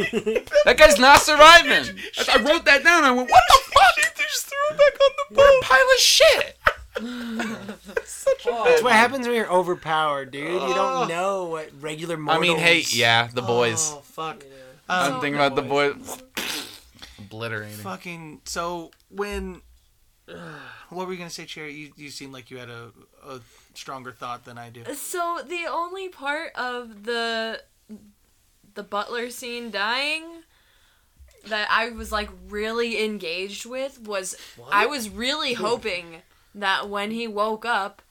That guy's not [laughs] surviving. I I wrote that down. I went, what the fuck? They just threw him back on the boat. What a pile of shit. That's what happens when you're overpowered, dude. You don't know what regular I mortals. mean, hey, yeah, the boys. Oh fuck. I'm thinking about the boys. [laughs] Obliterating. Fucking so when Ugh, what were you gonna say, Cherry? You you seem like you had a, a stronger thought than I do. So the only part of the the butler scene dying that I was like really engaged with was I was really hoping that when he woke up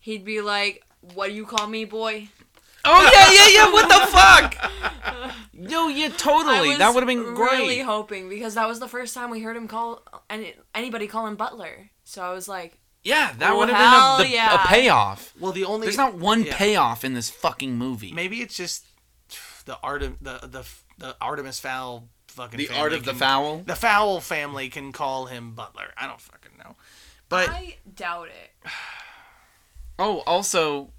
he'd be like, "What do you call me, boy?" Oh yeah, yeah, yeah. What the fuck? [laughs] No, yeah, I totally. was That would have been Really great. hoping because that was the first time we heard him call any, anybody call him butler. So I was like, Yeah, that would Hell have been a, the, a yeah. payoff. Well, the only There's not one Yeah. payoff in this fucking movie. maybe it's just the Artem the the the Artemis Fowl fucking The family art of the can- foul. The Fowl family can call him Butler. I don't fucking know, but I doubt it. Oh, also,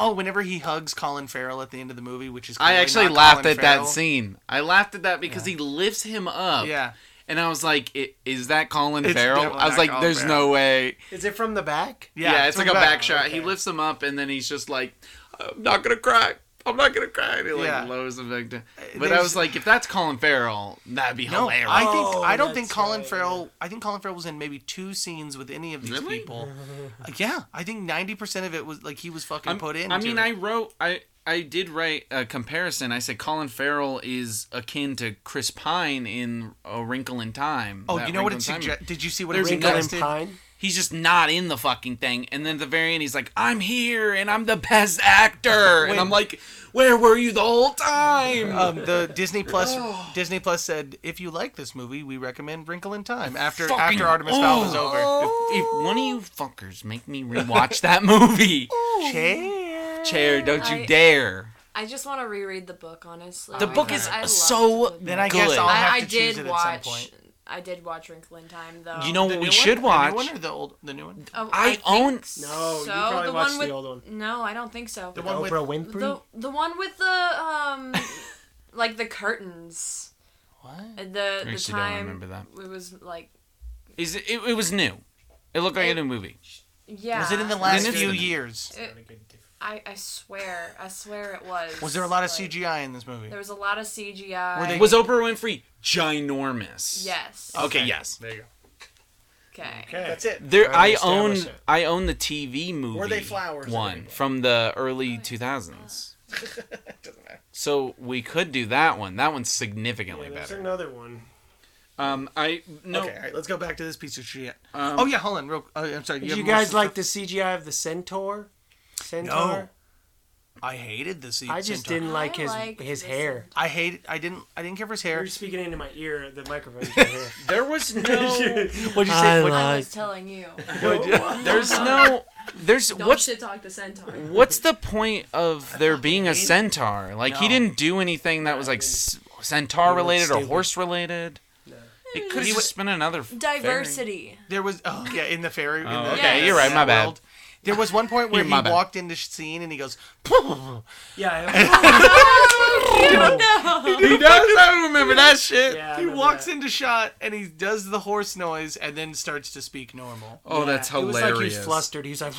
Oh, whenever he hugs Colin Farrell at the end of the movie, which is I clearly actually not laughed Colin at Farrell. that scene. I laughed at that because he lifts him up. Yeah. And I was like, "I- "Is that Colin It's Farrell?" definitely I was not like, Colin "There's Farrell." no way." Is it from the back? Yeah, it's, like a from the back shot. He okay. lifts him up, and then he's just like, "I'm not gonna cry. I'm not gonna cry." And he like Yeah. Uh, lowers him back down. But I there's- was like, "If that's Colin Farrell, that'd be No, hilarious." I think Oh, I don't think that's Colin right, Farrell. I think Colin Farrell was in maybe two scenes with any of these Really? [laughs] people. Uh, yeah, I think ninety percent of it was like he was fucking I'm- put in. I mean, I wrote I I did write a comparison. I said Colin Farrell is akin to Chris Pine in A Wrinkle in Time. Oh, that you know what it Wrinkle in Time suggests? Did you see what it There's Wrinkle and suggested? Pine. he's just not in the fucking thing. And then at the very end, he's like, "I'm here and I'm the best [laughs] actor," and I'm like, "Where were you the whole time?" Um, the Disney [laughs] Plus Oh. Disney Plus said, if you like this movie, we recommend Wrinkle in Time after Fucking- oh. after Artemis Fowl was If, over. if one of you fuckers make me rewatch [laughs] that movie, Che- chair, don't you I- dare. I just want to reread the book, honestly. Oh The book is I loved so the book. Then I good. guess I'll have I, I to choose did it watch. at some point. I did watch Wrinkle in Time though. you know The what new we one? should watch? The new one or the old the new one? Oh, I think own- No, you so. probably the watched one the with old one. no, I don't think so. The One one with Oprah Winfrey. the the one with the [laughs] um, like the curtains. what? At The I the actually don't time remember that. it was like Is it, it, it was new. It looked like a new movie. yeah. Was it in the last it's few the- years? I I swear I swear it was. Was there a lot of like, CGI in this movie? There was a lot of CGI. Were they- Oh. Was Oprah Winfrey ginormous? Yes. Okay, yes. There you go. Okay. That's it. There, Already I own [laughs] established it. I own the TV movie. they flowers or One anything? from the early two thousands. So we could do that one. That one's significantly there's better. another one. Um, I no. Okay, all right, let's go back to this piece of shit. Um, oh yeah, hold on, real. Uh, I'm sorry. Did have you more guys stuff? like the CGI of the centaur? Centaur. I hated the scene. I just didn't like I his like his the hair. I hated. I didn't. I didn't care for his hair. You're speaking into my ear. The [laughs] microphone's right here. [laughs] There [laughs] was no. [laughs] What'd you I say? What- I like- was telling [laughs] you. There's no. There's Don't what's shit talk to Centaur. what's the point of there being a centaur? Like he No. didn't do anything that was like s- centaur related or stupid. horse related. It could have just been another fairy. [laughs] Diversity. [laughs] there was. Oh yeah, in the fairy. in Oh, the, okay, Yes. you're right. My bad. world. There was one [laughs] point where You're my he bad. walked into sh- scene and he goes, [laughs] [laughs] yeah. You know. He does. I don't remember that shit. yeah he walks into shot and he does the horse noise and then starts to speak normal. Oh, that's It was hilarious. like he was flustered. He was like,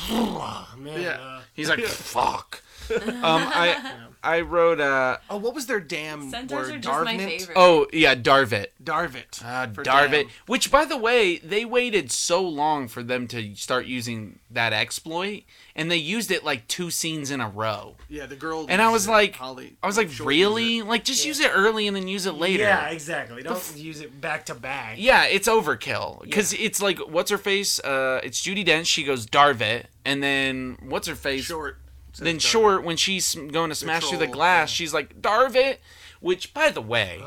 [laughs] man. Yeah. uh, He's [laughs] like, [laughs] fuck. um, I I wrote uh Oh, what was their damn Centaurs word? are just my Darvnant? favorite. oh yeah Darvit. Darvit. Uh, for Darvit. damn. Which by the way, they waited so long for them to start using that exploit, and they used it like two scenes in a row. Yeah, the girl. And I uses was it, like, Holly. I was like, Short uses really? Like just use it early and then use it later. Yeah, exactly. Don't use it back to back. Yeah, it's overkill because it's like what's her face? Uh, it's Judy Dench. She goes Darvit, and then what's her it. face? Short. then short when she's sm- going to smash through the troll, glass yeah. she's like darvit which by the way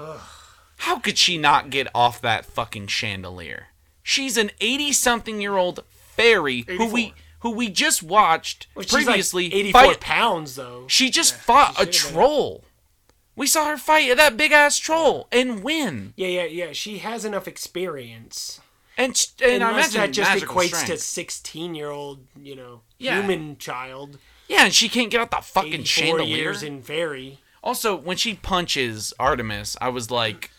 how could she not get off that fucking chandelier she's an 80 something year old fairy who we 84. who we just watched Well, she's previously like 84 fight- pounds though. she just fought a should've been. troll we saw her fight that big ass troll and win Yeah, yeah, yeah. She has enough experience. and s- and I Unless imagine that just magical equates to strength. 16 year old, you know, Yeah. human child. yeah and she can't get out the fucking 84 chandelier years in fairy. Also, when she punches Artemis, I was like,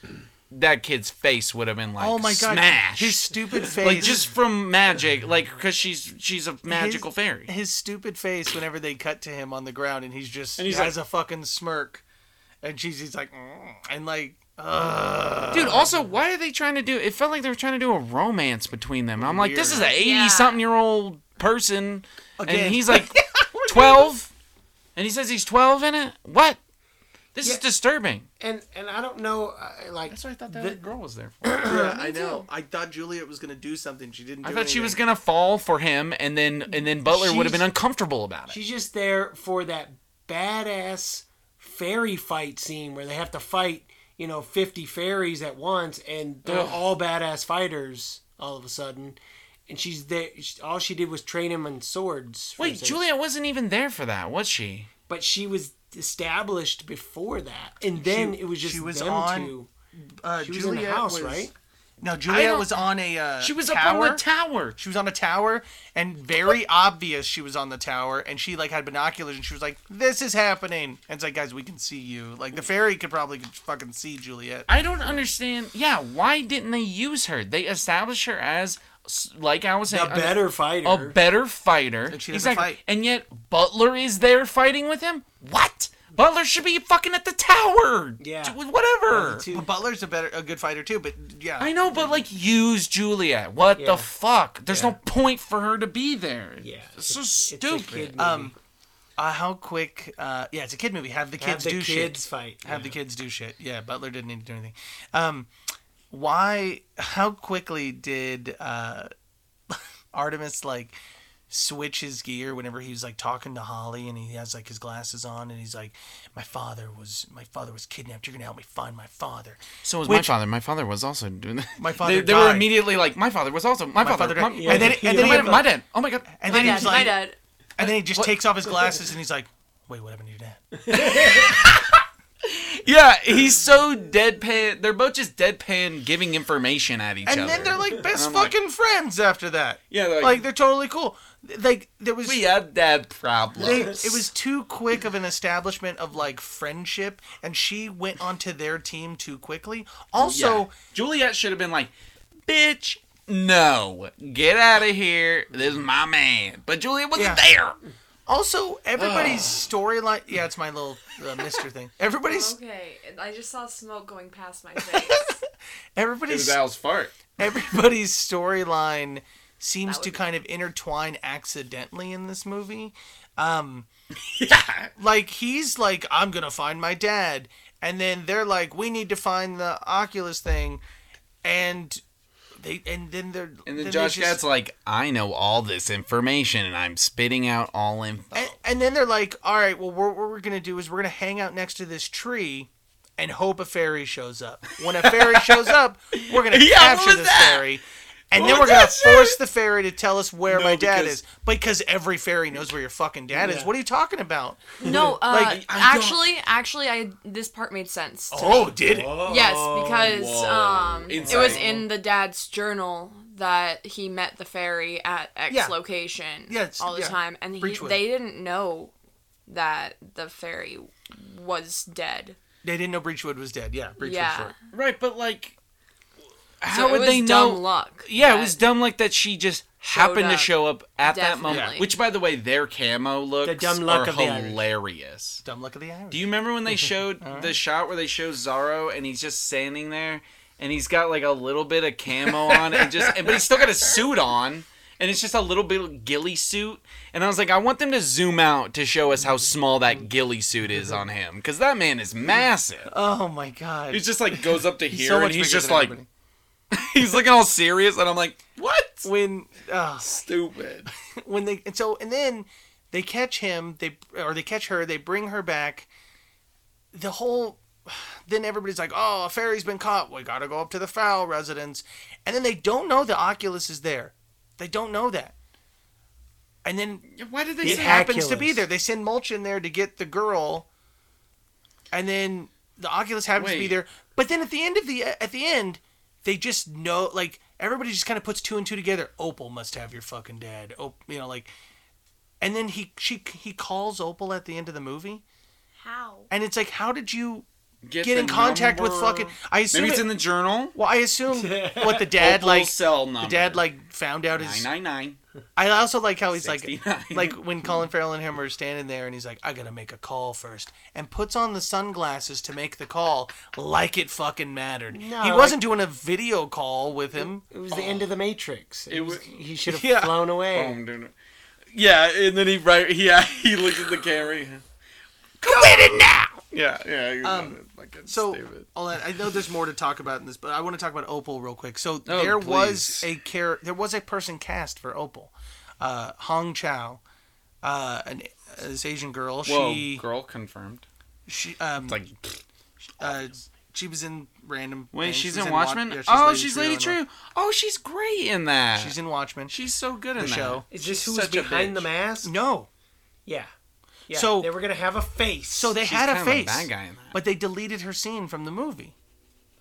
that kid's face would have been like, Oh my god! smash! His stupid face. [laughs] like just from magic, like because she's she's a magical his, fairy. His stupid face whenever they cut to him on the ground and he's just he's has a fucking smirk, and she's he's like "Mm," and like Dude, also, why are they trying to do? It felt like they were trying to do a romance between them. I'm like, this is an eighty Yeah. something year old person, Again. and he's like twelve, and he says he's twelve in it. What? This is disturbing. And and I don't know, uh, like That's what I thought that The- girl was there for. yeah, [laughs] I know. I thought Juliet was gonna do something. She didn't. Do I thought she was anything. gonna fall for him, and then and then Butler would have been She's- uncomfortable about it. she's just there for that badass fairy fight scene where they have to fight, you know, 50 fairies at once, and they're all badass fighters all of a sudden. And she's there. She, all she did was train him on swords. for Wait, instance. Juliet wasn't even there for that, was she? but she was established before that, and then it was just she was them on- two. Uh, She was in the house, was- right? No, I Juliet don't- was on a. Uh, She was up tower. on the tower. She was on a tower, and very obvious she was on the tower, and she like had binoculars, and she was like, "This is happening." And it's like, guys, we can see you. Like the fairy could probably fucking see Juliet. I don't understand. Yeah, why didn't they use her? They established her as, s- like I was saying, A better fighter. a better fighter. And she doesn't exactly. fight. And yet Butler is there fighting with him. What? Butler should be fucking at the tower. Yeah. D- Whatever. Two- But Butler's a better, a good fighter too. But yeah, I know, but like, use Juliet. What Yeah. the fuck? There's Yeah. no point for her to be there. Yeah, It's so it's a kid stupid. movie. um, uh, how quick? Uh, yeah, it's a kid movie. Have the Have kids the do kids shit. fight. Have yeah. the kids do shit. Yeah, Butler didn't need to do anything. Um, why? How quickly did uh, [laughs] Artemis like switch his gear whenever he was like talking to Holly and he has like his glasses on and he's like, "My father was my father was kidnapped. You're gonna help me find my father." so was which- my father. My father was also doing that. My [laughs] They- father They, were died. immediately like, my father was also my, father. father my, died. my- And then and then my, he, my dad. Oh my god. and My then he dad, was my like, dad. and then he just takes off his glasses and he's like, "Wait, what happened to your dad?" Yeah, he's so deadpan. They're both just deadpan, giving information at each and other. then they're like best I'm like- fucking friends after that. Yeah, they're like, like- they're totally cool. Like there was we have dad they- problems. it was too quick of an establishment of like friendship, and she went onto their team too quickly. Also, Yeah. Juliet should have been like, "Bitch, no, get out of here. This is my man." But Juliet wasn't there. also everybody's storyline. Yeah, it's my little uh, Mister [laughs] thing. Everybody's Okay, I just saw smoke going past my face. [laughs] everybody's Al's fart. everybody's storyline seems That to would be- kind of intertwine accidentally in this movie. Um, [laughs] Yeah, like he's like i'm gonna find my dad and then they're like we need to find the oculus thing and they and then they're and they then Josh just- Gad's like, "I know all this information, and I'm spitting out all info." and, and then they're like all right well what what we're gonna do is we're gonna hang out next to this tree and hope a fairy shows up when a [laughs] fairy shows up we're gonna Yeah, what capture was this that? fairy and What then we're was gonna that shit? force the fairy to tell us where No, my dad because- is because every fairy knows where your fucking dad is Yeah. what are you talking about no, uh, Like, I don't- actually, actually, I this part made sense. to oh did it Yes, because um, it was Insight. in the dad's journal that he met the fairy at X Yeah. location Yes, all the yeah. time, and he, Breachwood. they didn't know that the fairy was dead. they didn't know breachwood was dead yeah breachwood yeah, short right, but like, So how it would was they know? dumb Luck. Yeah, that- it was dumb like that. She just happened to up. show up at that moment. Definitely. Which, by the way, their camo looks The dumb luck are of the Irish. hilarious. dumb luck of the irish Do you remember [laughs] when they showed the shot where they show Zorro and he's just standing there and he's got like a little bit of [laughs] camo on and just, and- but he's still got a suit on. And it's just a little bit of ghillie suit, and I was like, I want them to zoom out to show us how small that ghillie suit is Mm-hmm. on him, because that man is massive. Oh my god. He just like goes up to here, so much and he's bigger just than like, everybody. [laughs] he's looking all serious, and I'm like, what? when uh, stupid. when they and so and then they catch him, they or they catch her, they bring her back. The whole [sighs] then everybody's like, "Oh, a fairy's been caught. We got to go up to the Fowl residence." And then they don't know the Oculus is there. They don't know that. And then Why did they it say- happens to be Oculus. there. They send Mulch in there to get the girl, and then the Oculus happens to be Wait. there. But then at the end of the at the end, they just know like everybody just kind of puts two and two together. Opal must have your fucking dad. Op, you know like, and then he she he calls Opal at the end of the movie, How? and it's like how did you get, the in contact with number? fucking? I assume Maybe it's it- in the journal. well, I assume what the dad [laughs] Opal's like. cell The number. dad like found out his. nine nine nine. I also like how he's 69. like, like when Colin Farrell and him are standing there, and he's like, "I gotta make a call first," and puts on the sunglasses to make the call, like it fucking mattered. No, he wasn't doing a video call with him. It was the end of the Matrix. It, It was, was- he should have Yeah. flown away. Boom, dun, dun. Yeah, and then he [laughs] right. Yeah, he looks at the camera. Quit it now. Yeah, yeah. you know, Um, fucking So, stupid. all that, I know there's more to talk about in this, but I want to talk about Opal real quick. So Oh, there was please. a care, there was a person cast for Opal, uh, Hong Chow, uh, an, uh, this Asian girl. Whoa, she, girl confirmed. she, um, It's like uh, she was in random. wait, things. she's, She was in Wa- Watchmen. yeah, oh, she's Lady and- True. Oh, she's great in that. She's in Watchmen. She's so good in the that. show. Is this She's who's such a behind the bitch. mask? No. Yeah. Yeah. So- they were gonna have a face. So they She's had a kind of a face, bad guy in that. but they deleted her scene from the movie.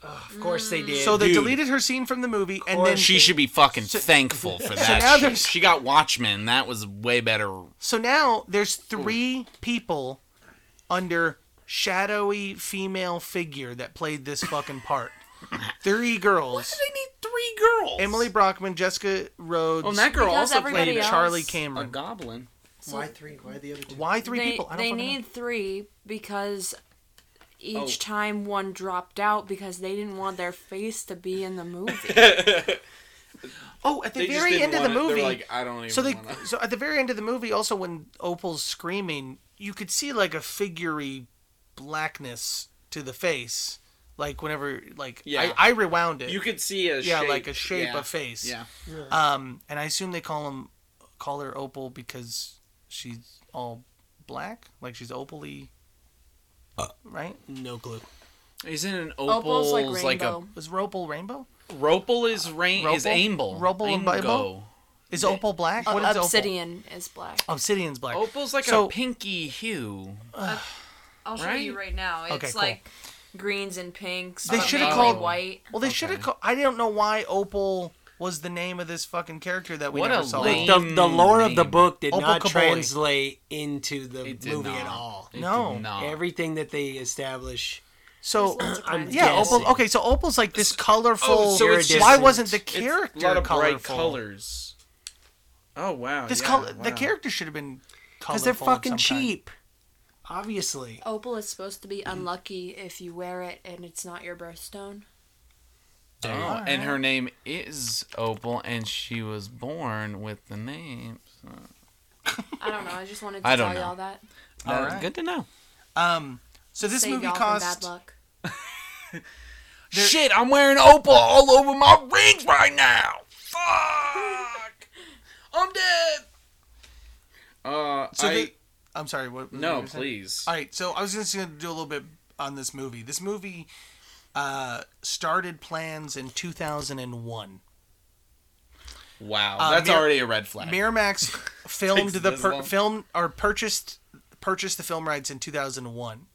Of course they did. So they Dude. deleted her scene from the movie, and then She should be fucking thankful for that. now shit. there's- She got Watchmen. That was way better. So now there's three people under shadowy female figure that played [laughs] this fucking part. three girls: They need three girls. Emily Brockman, Jessica Rhodes, Oh, and that girl Because also everybody played and else- Oh, Charlie a Cameron. goblin. why three? Why the other two? Why three they, people? I don't they fucking need three because each time one dropped out because they didn't want their face to be in [laughs] the movie. know. Oh, at the They just very end didn't of the wanna- movie. They're like, I don't even. so they [laughs] wanna- so at the very end of the movie, also when Opal's screaming, you could see like a figury blackness to the face. Like whenever, like Yeah. I, I rewound it. You could see a Yeah, shape. like a shape, yeah. a face. Yeah. Um, and I assume they call him call her Opal because she's all black, like she's opally, right? No clue. Isn't an Opal's opal's, like, like rainbow. Was her Opal rainbow? a ropal is rain is Ropal? amble. Ropal and Amgo. Bible? Is Opal black? What is Uh, Obsidian is black. Opal? Obsidian's black. Opal's like So- a pinky hue. I'll show you Right? right now. It's Okay, cool. like greens and pinks. They but shoulda mainly called- white. Well, they should have. Called, I don't know why Opal was the name of this fucking character that we What never a saw. lame- The, the lore of the Name. book did Opal not Kaboli. translate into the It did movie not. at all. It No. did not. Everything that they establish. So um, There's lots of I'm kinds. yeah, guessing. Opal. Okay, so Opal's like this colorful. Oh, so it's just- why wasn't the It's character a lot of colorful? bright colors. Oh wow. This yeah, color, the wow. character should have been. Because Because they're fucking cheap. Obviously. Opal is supposed to be unlucky if you wear it and it's not your birthstone. Oh, and her name is Opal, and she was born with the name. So. I don't know. I just wanted to I tell don't know. y'all that. All Uh, right. Good to know. Um, so this Save movie y'all cost. from bad luck. Shit, I'm wearing opal all over my rings right now. [laughs] Fuck. I'm dead. Uh, So I, the- I'm sorry. What? what were no, you saying? please. All right. So I was just going to do a little bit on this movie. This movie uh, started plans in 2001. wow, Uh, that's Mir- already a red flag. [laughs] Miramax filmed Takes the this per- long. film or purchased purchased the film rights in 2001.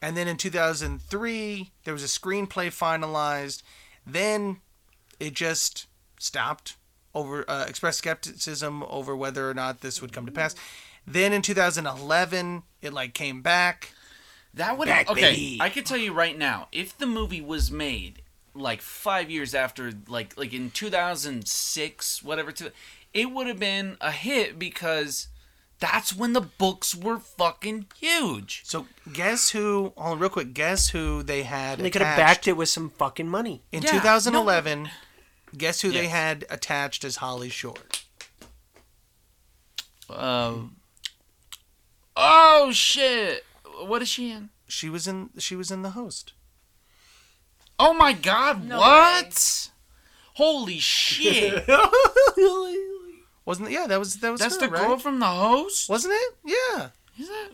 And then in 2003, there was a screenplay finalized. Then it just stopped over uh, expressed skepticism over whether or not this would come to pass. Then in 2011, it like came back. that would Back, okay. baby. I could tell you right now, if the movie was made like five years after, like like in 2006, whatever, two, it would have been a hit because that's when the books were fucking huge. So guess who? Hold on, real quick. Guess who they had? They could have attached- backed it with some fucking [laughs] money. In Yeah, 2011, guess who they Yes. had attached as Holly Short? Um. Oh shit! What is she in? She was in. She was in the host. Oh my god! No what? Holy shit! Wasn't it? Yeah, that was that was. That's her, the right? girl from the host. Wasn't it? Yeah. Is that?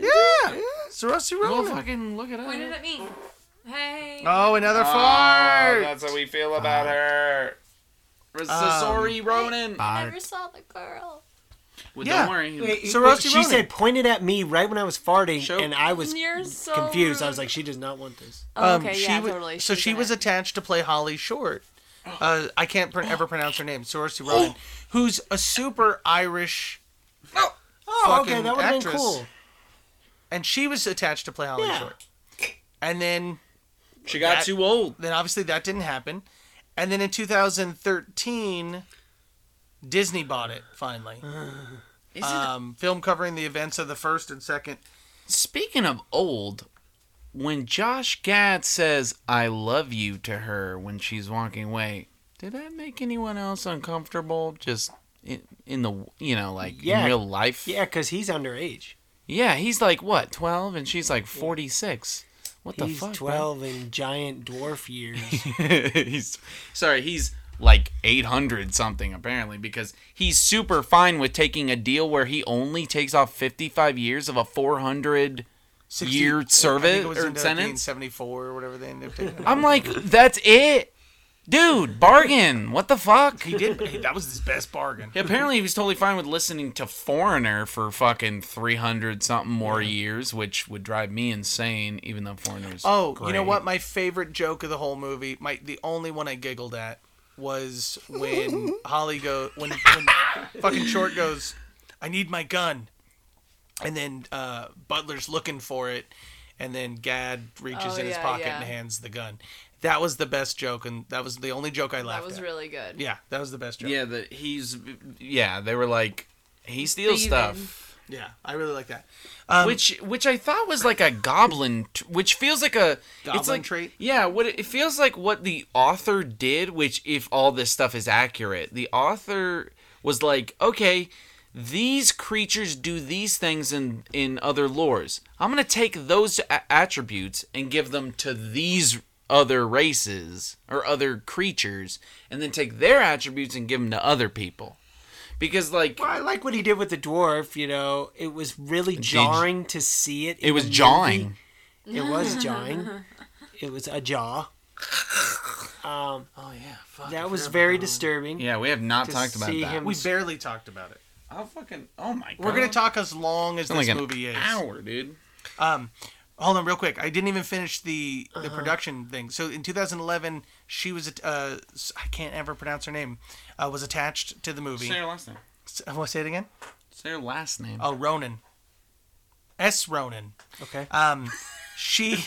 Yeah. Saoirse Go Ronan. fucking look it up. Pointed at me. Hey. Oh, another Oh, fart. that's how we feel about her. Sorry, Ronan. Uh, I never saw the girl. Well, Yeah. Don't worry. Wait, So wait, Rusty she Ronan- said pointed at me right when I was farting, Show- and I was You're so confused. I was rude. like, she does not want this. Oh, Um, okay, she yeah, wa- totally. So she in was it. attached to play Holly Short. Uh, I can't pr- ever pronounce her name. Oh. Saoirse Ronan, who's a super Irish, Oh, Fucking okay, that would have been actress. cool. and she was attached to play Holly Yeah. Short. And then She got That- too old. then obviously that didn't happen. And then in 2013, Disney bought it finally. Isn't Um, film covering the events of the first and second. Speaking of old, when Josh Gad says "I love you" to her when she's walking away, did that make anyone else uncomfortable? Just in, in the you know, like Yeah. in real life. Yeah, because he's underage. Yeah, he's like what twelve, and she's like forty six. What the he's fuck? bro? 12 in giant dwarf years. [laughs] he's sorry. He's like eight hundred something apparently because he's super fine with taking a deal where he only takes off fifty five years of a four hundred. 60 Year I think service it was or in sentence? 1974 or whatever they ended up taking. I'm like, that's it. dude, bargain. What the fuck? He did. he- that was his best bargain. Yeah, apparently he was totally fine with listening to Foreigner for fucking 300 something more years, which would drive me insane, even though Foreigner's. [laughs] Oh, you know great. what? My favorite joke of the whole movie, my the only one I giggled at, was when Holly go when, when fucking Short goes, "I need my gun," and then uh, Butler's looking for it, and then Gad reaches Oh, in his yeah, pocket yeah. and hands the gun. That was the best joke, and that was the only joke I That laughed was at. really good. yeah, that was the best joke. Yeah, that he's. Yeah, they were like, he steals Thieving. stuff. Yeah, I really like that. Um, which which I thought was like a goblin, t- which feels like a Goblin it's like, trait? Yeah, what it, it feels like what the author did, which if all this stuff is accurate, the author was like, okay, these creatures do these things in in other lores. I'm gonna take those a- attributes and give them to these other races or other creatures, and then take their attributes and give them to other people, because like Well, I like what he did with the dwarf. You know, it was really jarring to see it. in it was the movie. jawing. It was jawing. it was a jaw. Um, Oh yeah, fuck. that was very disturbing. Yeah, we have not To talked about see that. him- we barely talked about it. I'll fucking. Oh my god. We're gonna talk as long as It's like this an movie is. hour, dude. Um, hold on, real quick. I didn't even finish the the Uh-huh. production thing. So in 2011, she was uh, I can't ever pronounce her name. Uh, was attached to the movie. Say her last name. S- uh, what, say it again. Say her last name. Oh, Ronan. S. Ronan. Okay. Um, [laughs] she.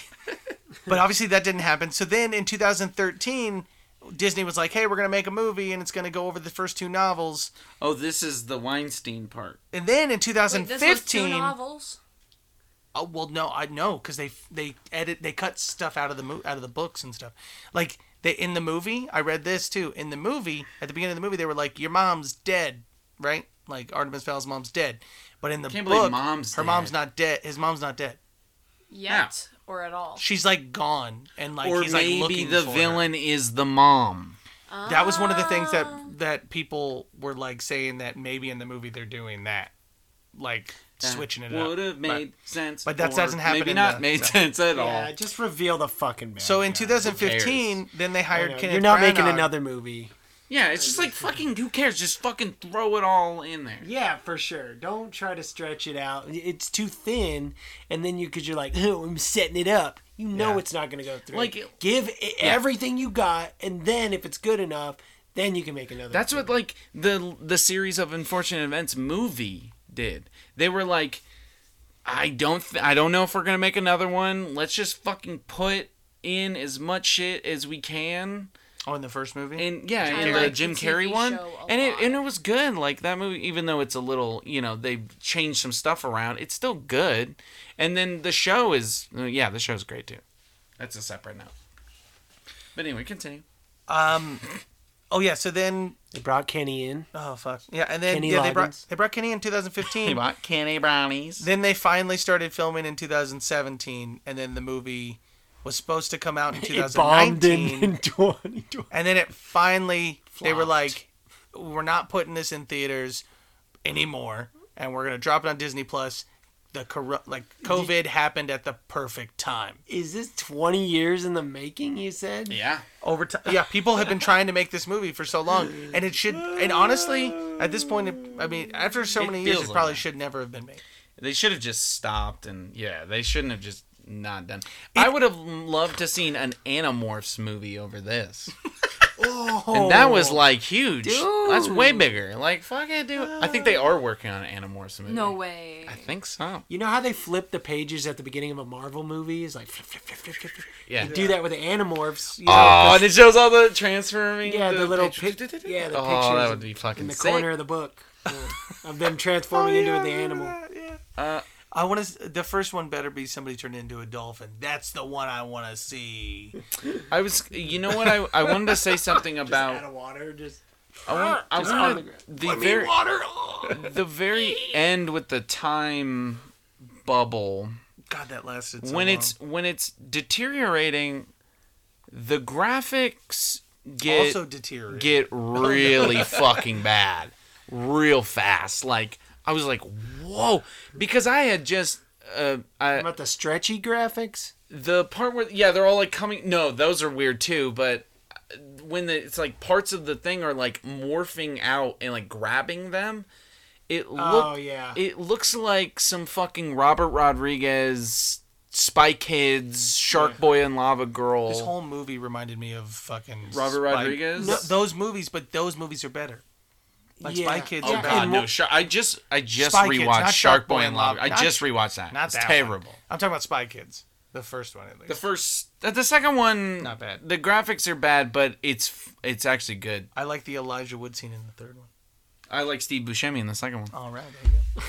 but obviously that didn't happen. So then in 2013. Disney was like, "Hey, we're gonna make a movie, and it's gonna go over the first two novels." Oh, this is the Weinstein part. And then in Wait, 2015, this was two novels. Oh well, no, I know because they they edit they cut stuff out of the mo- out of the books and stuff. Like they in the movie, I read this too. In the movie, at the beginning of the movie, they were like, "Your mom's dead," right? Like Artemis Fowl's mom's dead, but in the Can't believe book, mom's her dead. mom's not dead. His mom's not dead. Yet or at all. She's like gone, and like or he's like maybe looking the for her. villain is the mom. That was one of the things that that people were like saying that maybe in the movie they're doing that, like switching it up. would have But- made sense. but that or doesn't happen Maybe in not the- [laughs] made no. sense at yeah, all. just reveal the fucking man. so in Yeah. 2015, then they I hired know. Kenneth You're not making Branagh. another movie. Yeah, it's just like fucking. Who cares? Just fucking throw it all in there. Yeah, for sure. Don't try to stretch it out. It's too thin, and then you because you're like, oh, I'm setting it up. You know Yeah. it's not going to go through. Like- give it everything you got, and then if it's good enough, then you can make another. That's what like the the series of unfortunate events movie did. They were like, I don't th- I don't know if we're gonna make another one. Let's just fucking put in as much shit as we can. Oh, in the first movie. And yeah, and the liked the Jim TV Carrey one, show a and it lot. and it was good. Like that movie, even though it's a little, you know, they changed some stuff around. It's still good. And then the show is, uh, yeah, the show's great too. That's a separate note. But anyway, continue. Um, oh yeah, so then they brought Kenny in. oh fuck yeah, and then Kenny yeah, they brought Loggins. they brought Kenny in [laughs] 2015. bought candy brownies. then they finally started filming in 2017, and then the movie was supposed to come out in [laughs] It bombed in, 2019, in [laughs] 2020. and then it finally they were Flopped. like, we're not putting this in theaters anymore, and we're gonna drop it on Disney Plus. The cor- like COVID happened at the perfect time. Is this 20 years in the making? You said. yeah. over time. Yeah, people have been trying to make this movie for so long, and it should. And honestly, at this point, it, I mean, after so It many years, feels it like probably that. should never have been made. They should have just stopped and yeah, they shouldn't have just not done. I would have loved to seen an Animorphs movie over this. And that Oh. was like huge. That's way bigger. Like fuck it, dude. I think they are working on an Animorphs movie. Ah, No way. I think so. You know how they flip the pages at the beginning of a Marvel movie? It's like flip, flip, flip, flip, flip, flip. Yeah. They do that with the Animorphs. You know, Oh, and it shows all the transforming. Yeah, the little pictures. pic- yeah, the oh, that pictures would be fucking in the sick. corner of the book yeah, of them transforming into the animal. Yeah. Uh, I want to. The first one better be somebody turned into a dolphin. That's the one I want to see. I was, you know what? I, I wanted to say something out about. of water, just I want. I Just on the wanted ground. the very. water. the very end with the time bubble God, that lasted. So when long. it's when it's deteriorating the graphics get also deteriorated. get [laughs] really fucking bad real fast like i was like whoa because i had just uh, I, about the stretchy graphics. the part where yeah they're all like coming no those are weird too but when the, it's like parts of the thing are like morphing out and like grabbing them. It look, Oh, yeah. It looks like some fucking Robert Rodriguez, Spy Kids, Shark Boy and Lava Girl. This whole movie reminded me of fucking Robert Spy- Rodriguez? No, those movies, but those movies are better. Like Spy Yeah. Kids. Oh are god, better. no! Shar I just, I just Spy Kids, rewatched not Shark Boy and Lava. I not- just rewatched that. not it's that one. terrible. I'm talking about Spy Kids, the first one at least. The first, uh, the second one, Not bad. The graphics are bad, but it's f- it's actually good. I like the Elijah Wood scene in the third one. I like Steve Buscemi in the second one. All right, there [laughs] you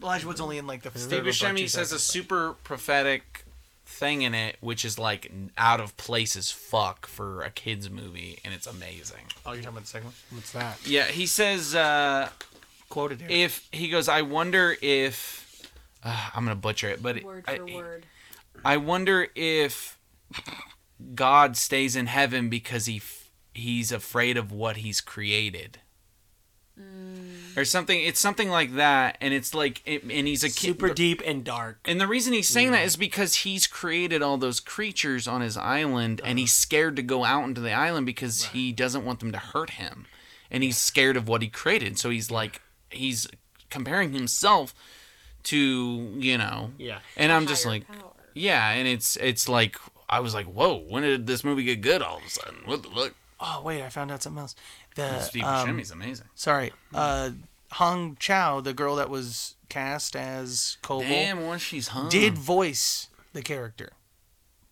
go. Elijah Wood's only in like the Steve Buscemi says a super prophetic thing in it, which is like n- out of place as fuck for a kids movie, and it's amazing. Oh, you're talking about the second one? What's that? Yeah, he says. uh Quoted here. if he goes, I wonder if uh, I'm gonna butcher it, but Word I, for word. I wonder if God stays in heaven because he f- he's afraid of what he's created. Mm. Or something. It's something like that, and it's like, it, and he's a kid. Super deep and dark. And the reason he's saying that is because he's created all those creatures on his island, and he's scared to go out into the island because he doesn't want them to hurt him, and he's scared of what he created. So he's like, he's comparing himself to you know, Yeah. And I'm just Higher like, power. yeah, and it's it's like I was like, whoa, when did this movie get good all of a sudden? What the fuck? oh, wait, I found out something else. The Steve um, Buscemi's amazing. Sorry. Hmm. Uh, Hong Chow, the girl that was cast as Koval, Damn, once she's hung. did voice the character,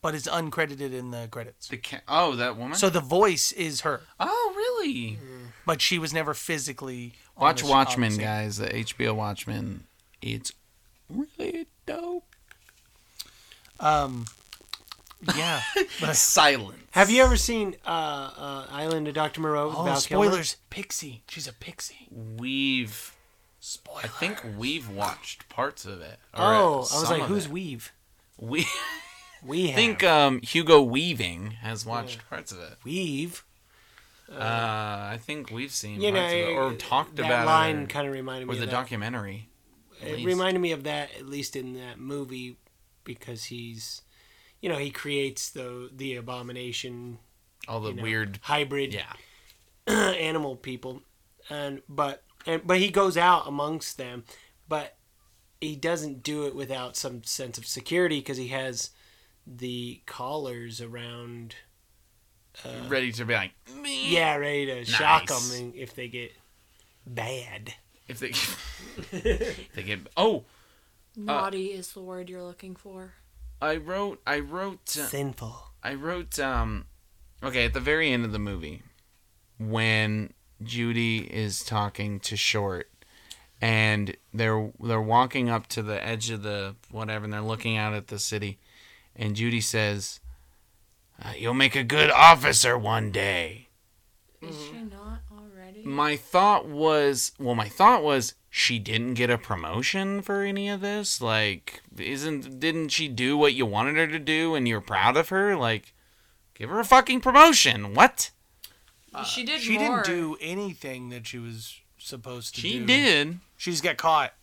but is uncredited in the credits. the ca- oh that woman? So the voice is her, oh really? but she was never physically. on the Watch sh- on the Watchmen, scene. guys. The HBO Watchmen. It's really dope. Um, [laughs] [laughs] yeah. But- Silent. Have you ever seen uh, uh, Island of Dr. Moreau with oh, Val Kilmer? spoilers! Pixie. She's a pixie. We've. I think we've watched parts of it. or Oh, I was some like, of who's it. Weave? we? [laughs] We have. I think um, Hugo Weaving has watched parts of it. Weave. Uh, I think we've seen You know, parts of it or talked that about line it kind of reminded or, or me the of that. documentary. at it least. reminded me of that at least in that movie because he's you know he creates the the abomination all the you know, weird. hybrid Yeah, [clears throat] animal people and but and, but he goes out amongst them but he doesn't do it without some sense of security because he has the collars around ready to be like. "Meh," Uh, yeah ready to shock Nice. them if they get bad If they, [laughs] [laughs] they get. Oh, Naughty is the word you're looking for. I wrote. I wrote. uh, sinful I wrote um okay, at the very end of the movie when Judy is talking to Short and they're they're walking up to the edge of the whatever and they're looking out at the city and Judy says uh, you'll make a good officer one day. Is she not already? My thought was, well, my thought was she didn't get a promotion for any of this. Like, isn't didn't she do what you wanted her to do and you're proud of her? Like, give her a fucking promotion. What? she did She didn't more. do anything that she was supposed to She do. did. She just got caught.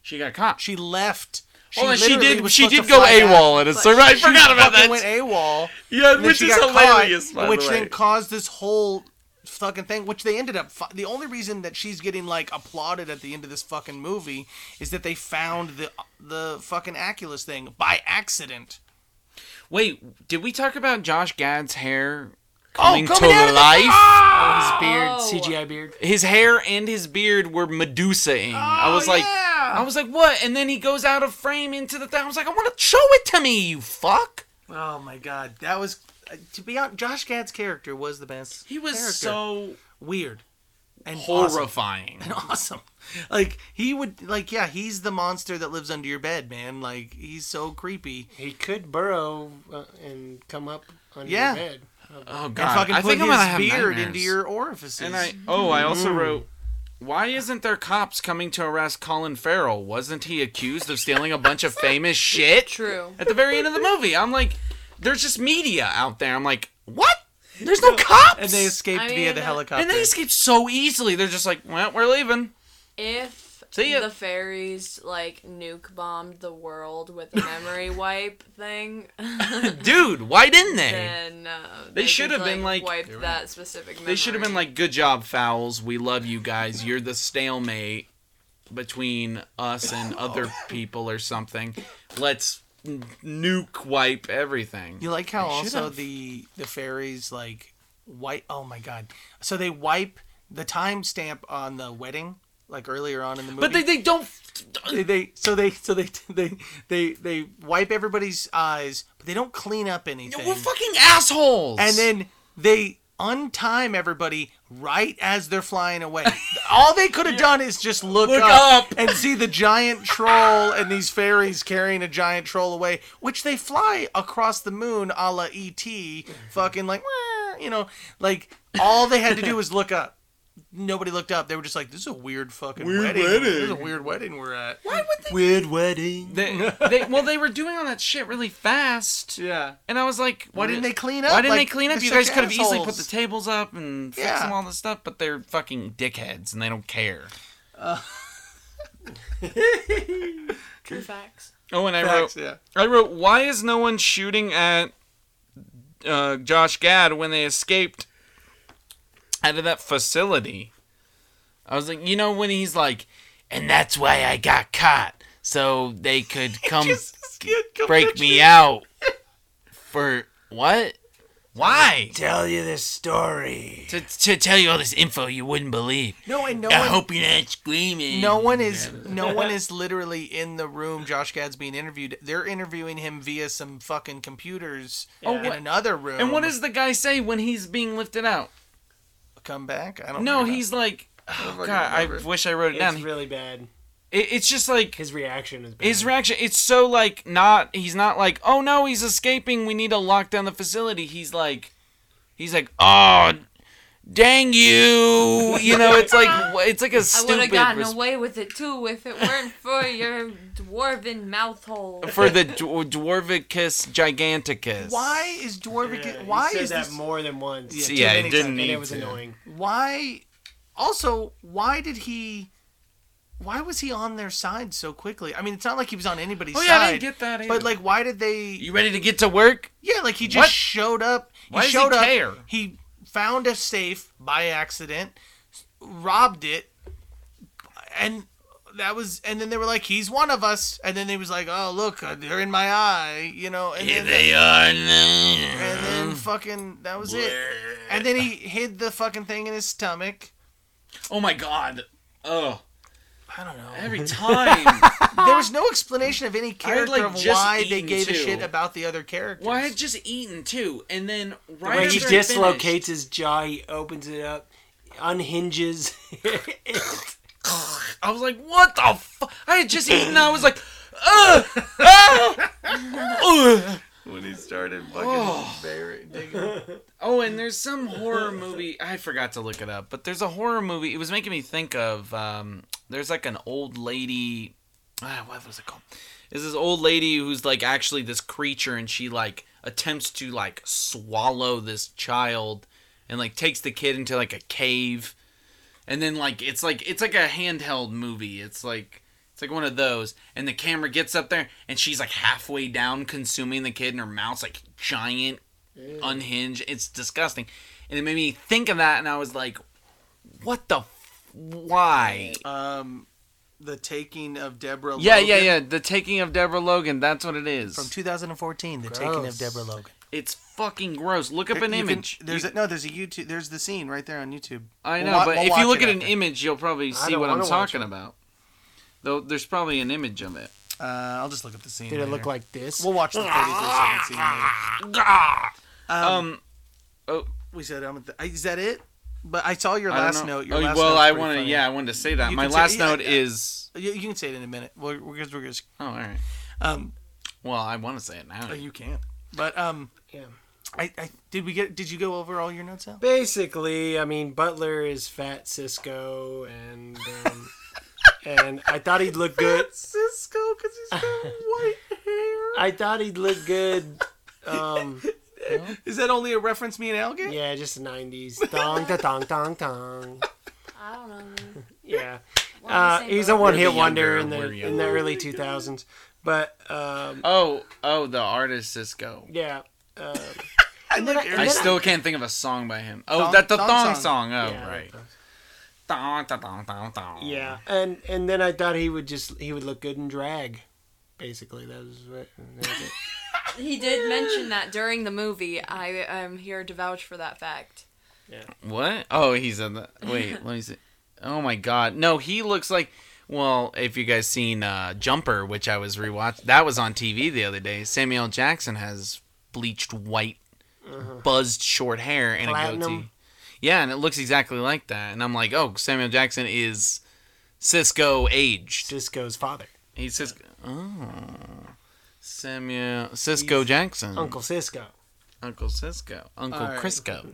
She got caught. She left. She oh, and she literally did. was She supposed did to go fly back. AWOL at a certain. I forgot about fucking that. went AWOL. yeah, and then which she is got hilarious. caught, by which the then way. caused this whole fucking thing. Which they ended up. Fi- the only reason that she's getting like applauded at the end of this fucking movie is that they found the the fucking Aculus thing by accident. Wait, did we talk about Josh Gad's hair Oh, coming, coming to out of the- life? his beard Oh. cgi beard his hair and his beard were Medusa-ing. I was like, Oh, yeah. I was like, what? And then he goes out of frame into the thing. I was like, I want to show it to me, you fuck. Oh my god, that was uh, to be honest. Josh Gad's character was the best. He was character. so weird and awesome. horrifying. [laughs] awesome. Like he would like yeah, he's the monster that lives under your bed, man. Like he's so creepy. he could burrow uh, and come up under Yeah. your bed Oh god, And fucking I put think I'm gonna his have beard nightmares. into your orifices. And I oh, I also wrote. Why isn't there cops coming to arrest Colin Farrell? Wasn't he accused of stealing a bunch [laughs] of famous shit? True. At the very end of the movie, I'm like, there's just media out there. I'm like, what? There's no cops. and they escaped I via mean, the uh, helicopter. And they escaped so easily. They're just like, well, we're leaving. If See ya. the fairies like nuke bombed the world with the memory wipe thing, [laughs] Dude, why didn't they? then uh, They could, should have been, like- wiped that specific. Memory. They should have been like, "Good job, Fowls. We love you guys. You're the stalemate between us [laughs] and other people, or something. Let's n- nuke wipe everything." You like how They also should've. the the fairies like wipe. Oh my god! So they wipe the timestamp on the wedding, like earlier on in the movie. But they, they don't. they, they so they so they [laughs] they they they wipe everybody's eyes, but they don't clean up anything. We're fucking assholes. and then they untime everybody right as they're flying away. All they [laughs] could have done is just look, Look up, up. and see the giant troll and these fairies carrying a giant troll away, which they fly across the moon a la E.T. fucking like, "Wah," you know, like all they had to do was look up. Nobody looked up. They were just like, "This is a weird fucking wedding. This is a weird wedding we're at." Why would they? Weird wedding. they, they, well, they were doing all that shit really fast. Yeah. And I was like, Why didn't they clean up? Why didn't Like, they clean up? they're You guys such could have easily put assholes. the tables up and fixed Yeah. them all this stuff, but they're fucking dickheads and they don't care. true facts. Oh, and I Facts, wrote, yeah. I wrote, why is no one shooting at uh, Josh Gad when they escaped out of that facility? I was like, you know, when he's like, and that's why I got caught, so [laughs] they could come break me out for what? Why? Tell you this story. To, to tell you all this info you wouldn't believe. No, and no I one hope you're not screaming. No one is no [laughs] one is literally in the room Josh Gad's being interviewed. They're interviewing him via some fucking computers Oh, in what- another room. And what does the guy say when he's being lifted out? come back? I don't No, remember. he's like, oh, fucking God, I remember. wish I wrote it down. It's really bad. It, it's just like His reaction is bad. his reaction. It's so like not. He's not like, oh no, he's escaping. We need to lock down the facility. He's like, he's like, oh, dang you. You know, it's [laughs] like it's like a I would have stupid gotten response away with it too if it weren't for your dwarven mouth hole. for the dw- dwarvicus giganticus. why is Dwarvik Yeah, he why said is that this, more than once. Yeah, Yeah, too it many didn't times. and need it was to. annoying. why also why did he why was he on their side so quickly? I mean, it's not like he was on anybody's Oh side. yeah, I didn't get that. Either. But like why did they you ready to get to work? Yeah, like he just What? showed up. He Why does he showed up. care? He found a safe by accident, robbed it, and that was. And then they were like, "He's one of us." And then he was like, "Oh, look, uh, they're in my eye," you know. And Here then, they are. and then fucking that was it. And then he hid the fucking thing in his stomach. Oh my god. Oh, I don't know. every [laughs] time. There was no explanation of any character like, of just why they eaten gave a too. shit about the other characters. Well, I had just eaten too, and then right When after he I dislocates finished- his jaw, he opens it up, unhinges. I was like, "What the fuck?" I had just eaten. and I was like, "Ugh, ah, ugh." when he started fucking Oh, and there's some horror movie. I forgot to look it up, but there's a horror movie. It was making me think of. Um, there's like an old lady. Ah, what was it called? Is this old lady who's like actually this creature, and she like attempts to like swallow this child, and like takes the kid into like a cave, and then like it's like it's like a handheld movie. It's like it's like one of those, and the camera gets up there, and she's like halfway down consuming the kid, and her mouth's like giant unhinged. It's disgusting. And it made me think of that, and I was like, what the? F- why? um, the taking of Deborah. yeah, yeah, Logan. yeah. The taking of Deborah Logan. That's what it is. from 2014, The Taking of Gross. Deborah Logan. it's fucking gross. Look up an You can- image. there's a, no, there's a YouTube. There's the scene right there on YouTube. I We'll know, wa- but we'll if watch you look it at an after. image, you'll probably see don't what I'm wanna watch talking it. about. Though there's probably an image of it. uh, I'll just look up the scene. Did it later. look like this? We'll watch the 33 second scene. Later. Um, We said, um, th- is that it? But I saw your I don't last know. note. Your Oh, last well, note's I pretty want to. funny. Yeah, I wanted to say that. You My can say- last yeah, note yeah. is. You, you can say it in a minute. We're we're just, we're just Oh, all right. um Well, I want to say it now. oh, you can't. But um Yeah. I, I did we get did you go over all your notes out? Basically, I mean, Butler is fat Cisco, and um, and I thought he'd look good. Cisco because he's got [laughs] white hair. I thought he'd look good. Um, Is that only a reference me and Al get? yeah, just the '90s. Dong, da, dong, dong, dong. I don't know. Yeah, What were we Uh, saying he's a about- one hit We're younger, wonder in the we're in the younger. early two thousands. But um, Oh, oh, the artist Cisco. yeah. Uh, I love I Eric. still can't think of a song by him. Oh, Thong- that's the thong thong, song. song. Oh, Yeah. right. Thong, thong, thong, thong, thong. Yeah, and and then I thought he would just he would look good in drag. Basically, that was what. That was [laughs] it. He did mention that during the movie. I am here to vouch for that fact. What? Oh, he's in the. Wait, let me see. Oh my God! No, he looks like. Well, if you guys seen uh, Jumper, which I was rewatch, that was on TV the other day. Samuel Jackson has bleached white, buzzed short hair and a Platinum. goatee. Yeah, and it looks exactly like that. And I'm like, oh, Samuel Jackson is Cisco aged. Cisco's father, He's Cisco. Oh, Samuel Cisco Jackson, Uncle Cisco. Uncle Cisco, Uncle All right. Crisco.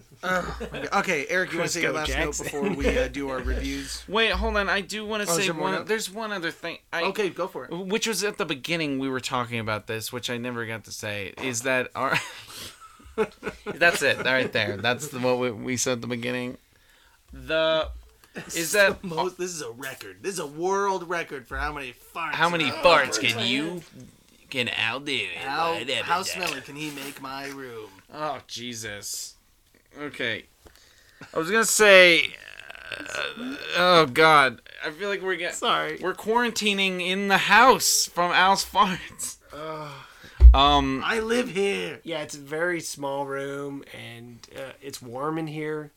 Okay, Eric, you want to say your Crisco last note Jackson. before we uh, [laughs] do our reviews? Wait, hold on. I do want to Oh, is say there more one. now? There's one other thing. I, Okay, go for it. which was at the beginning we were talking about this which i never got to say is that our [laughs] that's it right there that's the, what we, we said at the beginning the [laughs] is that Most, this is a record. This is a world record for how many farts. how many farts can you can outdo in How, whatever how that- smelly can he make my room? oh jesus okay i was gonna say uh, oh god i feel like we're getting Sorry. we're quarantining in the house from al's farts um I live here. Yeah, it's a very small room and uh, it's warm in here.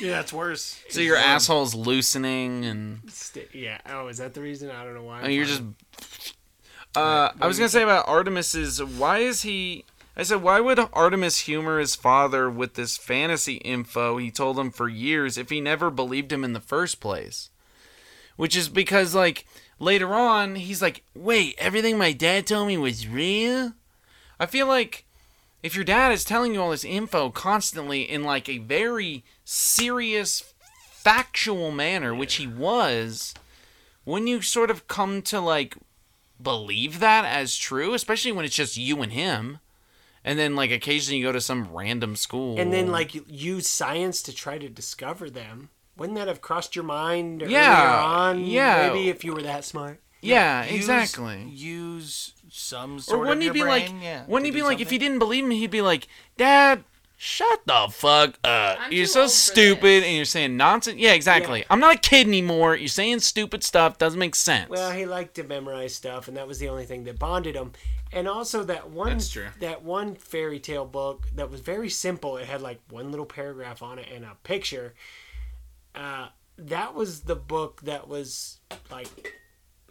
Yeah, it's worse. So your asshole's loosening, and St- yeah. Oh, is that the reason? I don't know why. oh, you're just. Uh, I was gonna say about Artemis is why is he? I said why would Artemis humor his father with this fantasy info he told him for years if he never believed him in the first place? Which is because like later on he's like, wait, everything my dad told me was real. I feel like if your dad is telling you all this info constantly in like a very serious factual manner which he was wouldn't you sort of come to like believe that as true especially when it's just you and him and then like occasionally you go to some random school and then like you- use science to try to discover them. Wouldn't that have crossed your mind? earlier Yeah, on? yeah. Maybe if you were that smart. yeah, Use- exactly Use some sort or wouldn't of he your be like brain, yeah, wouldn't to he be do like if he something. didn't believe me he'd be like dad shut the fuck up I'm you're too so old for stupid this." and you're saying nonsense yeah exactly i'm not a kid anymore you're saying stupid stuff doesn't make sense Well, he liked to memorize stuff, and that was the only thing that bonded him. And also that one That's true. that one fairy tale book that was very simple. It had like one little paragraph on it and a picture. Uh, that was the book that was like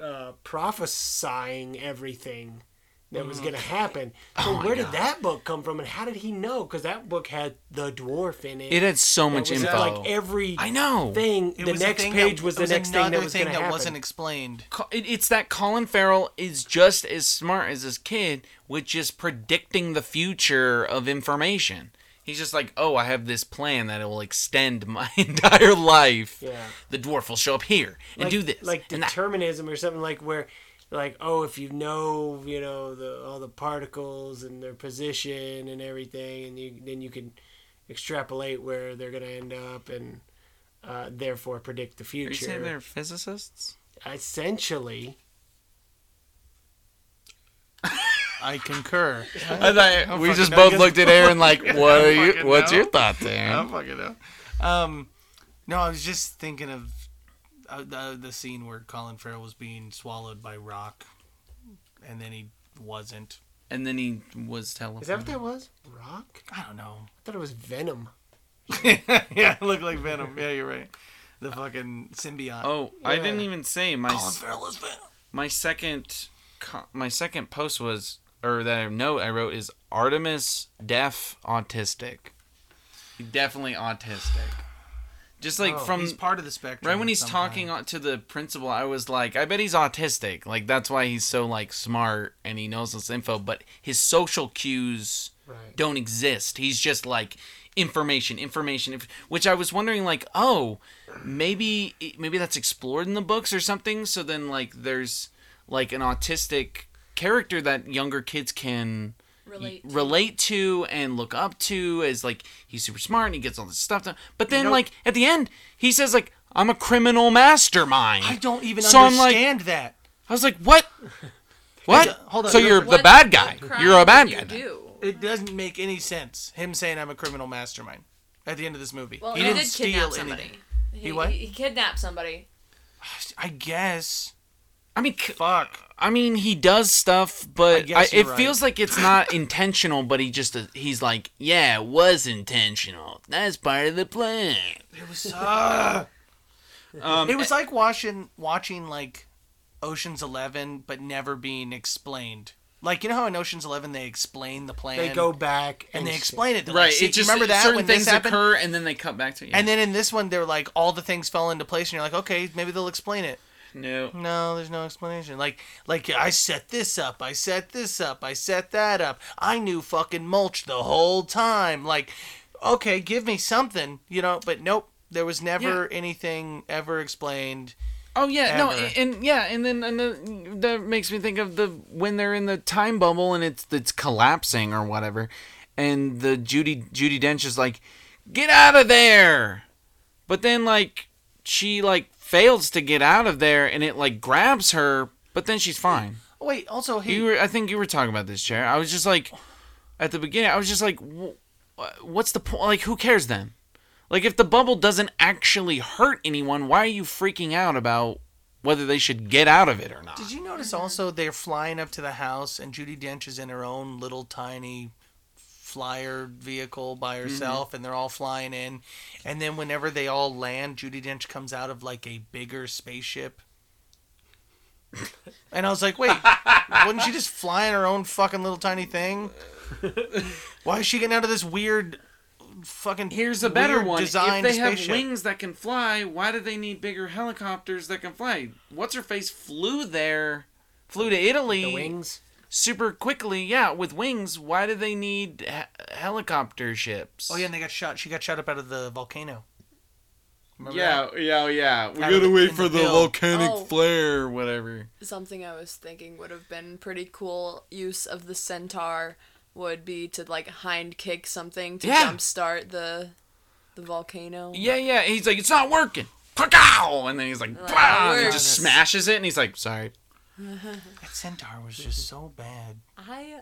uh, prophesying everything that was going to happen. So where did that book come from, and how did he know? Because that book had the dwarf in it. it had so much was info Like every I know. thing. It the was a next thing page that- was it the next thing that another was going to that happen. wasn't explained. Co- it- it's that Colin Farrell is just as smart as this kid with just predicting the future of information. He's just like, oh, I have this plan that it will extend my [laughs] entire life. Yeah. The dwarf will show up here and like, do this. like and that. determinism or something like where like oh if you know you know the all the particles and their position and everything and you then you can extrapolate where they're going to end up and uh, therefore predict the Are you saying future they're physicists? essentially I [laughs] concur. I thought we fucking just know. both Guess- looked at [laughs] Aaron like, what are you? fucking What's know. your [laughs] thought, there? fucking know. Um, no, I was just thinking of uh, the, the scene where Colin Farrell was being swallowed by rock, and then he wasn't. And then he was is that what telephoned. that was rock i I don't know. thought it was venom [laughs] yeah, it looked like Venom. Yeah, you're right. The fucking symbiote. Oh, I Yeah. didn't even say my Colin Farrell is Venom. my second co- my second post was or that note I wrote is Artemis deaf autistic. Definitely autistic. Just like Oh, from he's part of the spectrum. right when he's somehow. talking on- to the principal, I was like, I bet he's autistic. Like that's why he's so like smart and he knows this info, but his social cues Right. don't exist. He's just like information, information, inf- which I was wondering like, oh, maybe maybe that's explored in the books or something. So then like there's like an autistic character that younger kids can Relate. y- relate to and look up to as like he's super smart and he gets all this stuff done. But then know- like at the end he says like I'm a criminal mastermind. I don't even So I'm like- understand that. I was [laughs] like, what? What? hold on, so no, you're What's the bad guy. crime you're a bad you guy. then. do? It doesn't make any sense. Him saying I'm a criminal mastermind at the end of this movie. Well, he he, didn't did steal kidnap anything. somebody. He, what? He, he kidnapped somebody. I guess. I mean, c- Fuck. I mean, he does stuff, but I guess you're it right. feels like it's not [laughs] intentional. But he just he's like, yeah, it was intentional. That's part of the plan. It was. ah. Um, it was like watching watching like Ocean's Eleven, but never being explained. Like you know how in Ocean's Eleven they explain the plan. They go back and they shit. explain it. To right. Like, see, it just remember that certain when things this happened. occur and then they cut back to you. And then in this one, they're like, all the things fell into place, and you're like, okay, maybe they'll explain it. no. No, there's no explanation. Like, like I set this up, I set this up, I set that up. I knew fucking mulch the whole time. Like, okay, give me something, you know. But nope, there was never anything ever explained. Oh yeah, no, Ever. and, and yeah, and then and the, that makes me think of the when they're in the time bubble and it's it's collapsing or whatever, and the Judy Judy Dench is like, get out of there, but then like she like fails to get out of there and it like grabs her, but then she's fine. Oh, wait, also, hey, You were I think you were talking about this chair. I was just like, at the beginning, I was just like, wh- what's the point? Like, who cares then? Like, if the bubble doesn't actually hurt anyone, why are you freaking out about whether they should get out of it or not? did you notice Mm-hmm. also they're flying up to the house, and Judy Dench is in her own little tiny flyer vehicle Mm-hmm. by herself, and they're all flying in. And then whenever they all land, Judy Dench comes out of like a bigger [laughs] spaceship. And I was like, wait, wasn't she just flying her own fucking little tiny [laughs] thing? Why is she getting out of this weird fucking Here's a better weird one. If designed they have spaceship? wings that can fly, why do they need bigger helicopters that can fly? What's her face flew there, flew to Italy the wings. super quickly. Yeah, with wings. Why do they need he- helicopter ships? Oh yeah, and they got shot. She got shot up out of the volcano. Remember that? Yeah, yeah, yeah. Out We of gotta the- wait in for the the, bill. volcanic Oh. flare or whatever. Something I was thinking would have been pretty cool use of the centaur would be to like hind kick something to Yeah. jumpstart the the volcano. Yeah, yeah. He's like, it's not working. Pakow! And then he's like, Like, "Bah!" and he works. just smashes it, and he's like, sorry. That centaur was just so bad. I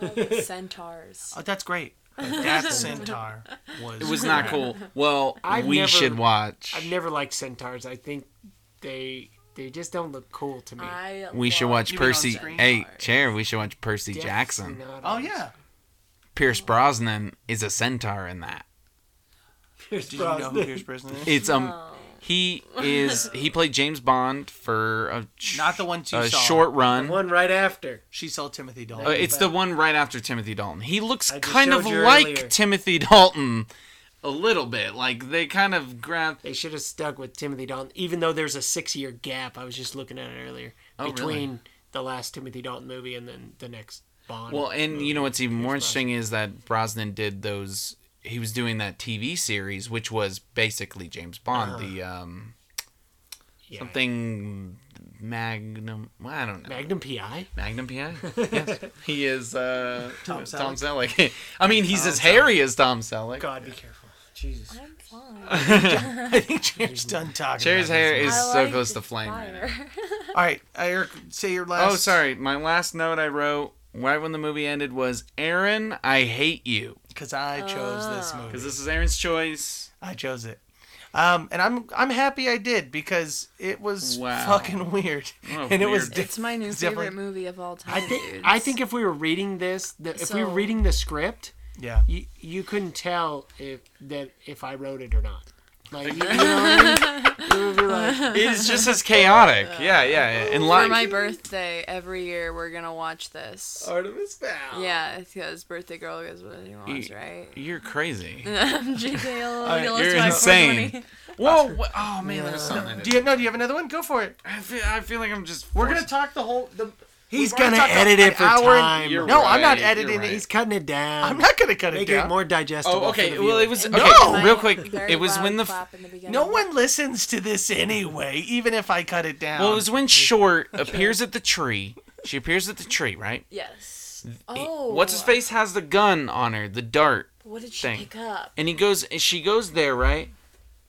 love centaurs. Oh, that's great. But [laughs] that centaur was. It was not cool. Well, I've we never- should watch. I've never liked centaurs. I think they they just don't look cool to me. I we should love watch You've been on Percy. screen. Hey, chair. We should watch Percy Definitely Jackson. not Oh on- yeah. Pierce Brosnan is a centaur in that. Pierce Did you know who Brosnan. Pierce Brosnan [laughs] is? It's um, he is he played James Bond for a, sh- Not the one you a saw. short run. One right after. She saw Timothy Dalton. Uh, it's the one right after Timothy Dalton. He looks I just kind of showed you like earlier. Timothy Dalton a little bit. Like they kind of grab. They should have stuck with Timothy Dalton, even though there's a six year gap. I was just looking at it earlier Oh, between the last Timothy Dalton movie and then the next Bond. Well, and you know what's even more interesting is that Brosnan did those. He was doing that TV series, which was basically James Bond, the um Uh-huh. Yeah. something Magnum. well, I don't know. Magnum PI. Magnum [laughs] PI. yes, he is uh, Tom, Selleck. Selleck. [laughs] I mean, he's as hairy as Tom Selleck. God, be careful. Jesus. I'm fine. [laughs] I think [laughs] Chair's done talking. Cherry's about this. hair is I so like close the to flame. right now. fire. [laughs] All right, Eric, say your last. Oh, sorry. My last note I wrote right when the movie ended was Aaron, I hate you. Because I chose this movie. Because this is [laughs] Aaron's choice. I chose it. Um, and I'm I'm happy I did because it was Wow. fucking weird, Oh, and it was weird. di- It's my new definitely- favorite movie of all time. I think dudes. I think if we were reading this, the, if we were So- reading the script, yeah. you you couldn't tell if that if I wrote it or not. Like [laughs] you, you know what I mean? It would be like, It's just as [laughs] chaotic. Yeah, yeah, yeah. And for like, my birthday every year we're gonna watch this. Artemis Fowl. Yeah, because birthday girl is what he wants, E- right? [laughs] you're [laughs] crazy. JKL, you lost you're my insane. 420. [laughs] Whoa! wha- Oh man, there's something. Do you no? Do you have another one? Go for it. I feel, I feel like I'm just. We're gonna forced- talk the whole. The, He's we've already gonna talked the- edit it for an hour and- time. You're no, I'm not right, you're editing right. it. He's cutting it down. I'm not gonna cut it Make down. it more digestible. Oh, for okay. the Well, it viewer. was And okay. no! Real My quick, very it was loud when the f- clap in the beginning. No one listens to this anyway, even if I cut it down. well, it was when Short appears at the tree. She appears at the tree, right? Yes. He- Oh. What's his face has the gun on her, the dart. What did she thing. pick up? and he goes and she goes there right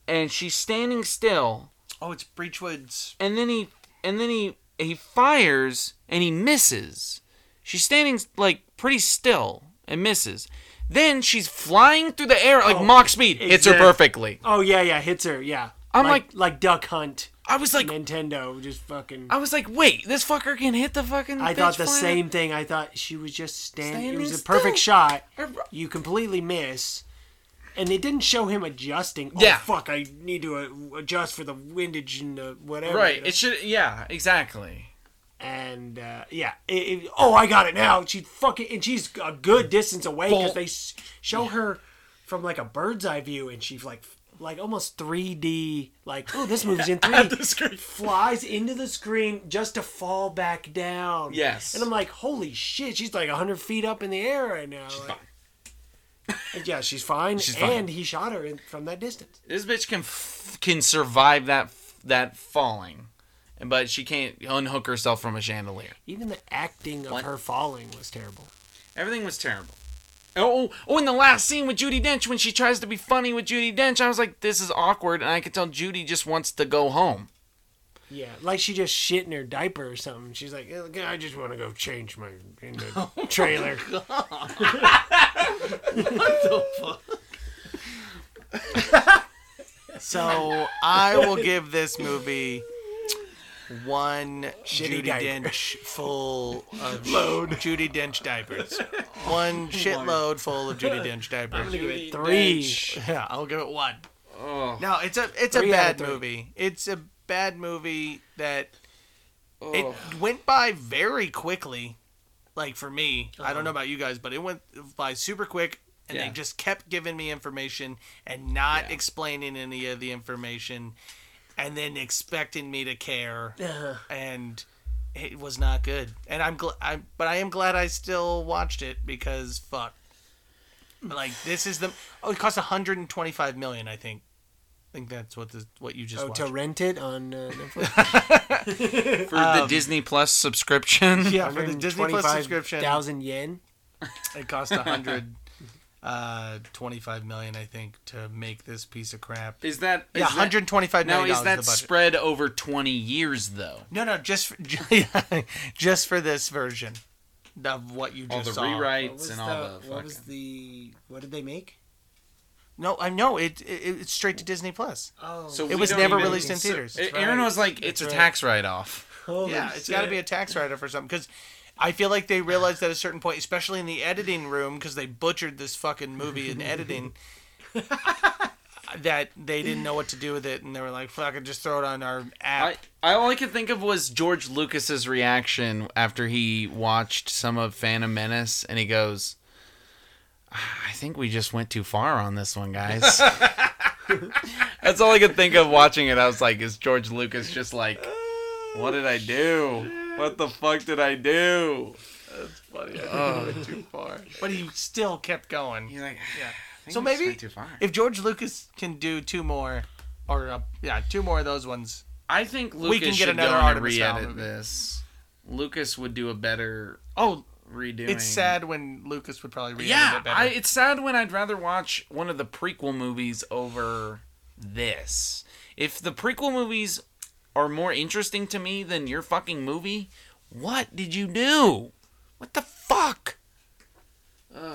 and she's standing still, Oh, it's Breechwood's. and then he and then he he fires and he misses. She's standing like pretty still and misses. Then she's flying through the air Oh, like mock speed. Hits her exact- perfectly. Oh yeah, yeah, hits her. Yeah. I'm like like Duck Hunt. I was like, Nintendo just fucking. I was like, wait, this fucker can hit the fucking. I thought the bitch flying- same thing. I thought she was just standing. It Standing was a perfect still. shot. Her- You completely miss, and they didn't show him adjusting. Yeah. Oh fuck! I need to uh, adjust for the windage and the whatever. you Right. know? It should. Yeah. [laughs] Exactly. and uh, yeah, it, it- oh, I got it now. She fucking and she's a good distance away because Bolt. they s- show her from like a bird's eye view, and she's like like almost 3D. Like, oh, this [laughs] movie's in 3D. screen. Flies into the screen just to fall back down. Yes. and I'm like, holy shit, she's like 100 feet up in the air right now. She's yeah, she's fine. She's fine. and he shot her in, from that distance. This bitch can f- can survive that f- that falling, but she can't unhook herself from a chandelier. Even the acting of What? her falling was terrible. Everything was terrible. Oh, oh, oh, in the last scene with Judy Dench, when she tries to be funny with Judy Dench, I was like, this is awkward, and I could tell Judy just wants to go home. Yeah, like she just shit in her diaper or something. She's like, "Eh, I just want to go change my in [laughs] Oh the trailer. [laughs] So I will give this movie one Judy diaper. Dench full [laughs] of load Judy Dench diapers. One shitload full of [laughs] Judy Dench diapers. Three. Yeah, I'll give it one. Oh, No, it's a it's a Three out of bad three. movie. It's a bad movie that oh. it went by very quickly. Like for me, I don't know about you guys, but it went by super quick, and Yeah. they just kept giving me information and not Yeah. explaining any of the information, and then expecting me to care, Uh, and it was not good. And I'm glad, I, but I am glad I still watched it because fuck, like this is the oh it cost 125 million, I think. I think that's what the what you just oh, watched. to rent it on uh, [laughs] Netflix. for the Disney Plus subscription. Um, yeah, for the Disney Plus subscription. thousand yen. It cost a hundred [laughs] uh, twenty-five million, I think, to make this pice of crap. Is that yeah, is that- 125 Now million is dollars that the budget. spread over twenty years though? no, no, just for, [laughs] just for this version of what you just all Oh, the saw. rewrites and all the, what fucking. was the? What did they make? No, I know it, it. It's straight to Disney Plus. Oh, So It we was don't never even- released in theaters. A- Aaron was like, "It's a That's right. tax write-off." holy yeah, it's got to shit. be a tax write-off or something because. I feel like they realized at a certain point, especially in the editing room, because they butchered this fucking movie in editing, [laughs] that they didn't know what to do with it, and they were like, "Fuck it, just throw it on our app." I, I all I could think of was George Lucas's reaction after he watched some of Phantom Menace, and he goes, "Ah, "I think we just went too far on this one, [laughs] guys." That's all I could think of watching it. I was like, "Is George Lucas just like, what did I do? What the fuck did I do?" funny. Oh, too far. But he still kept going. He's like, "Ah, Yeah. "I think So we just maybe went too far." if George Lucas can do two more, or uh, yeah, two more of those ones. I think Lucas We can get should another go and Artemis Fowl re-edit movie. this. Lucas would do a better Oh, redoing. it's sad when Lucas would probably read Yeah, it better. I, it's sad when I'd rather watch one of the prequel movies over this. If the prequel movies are more interesting to me than your fucking movie, what did you do? What the fuck? All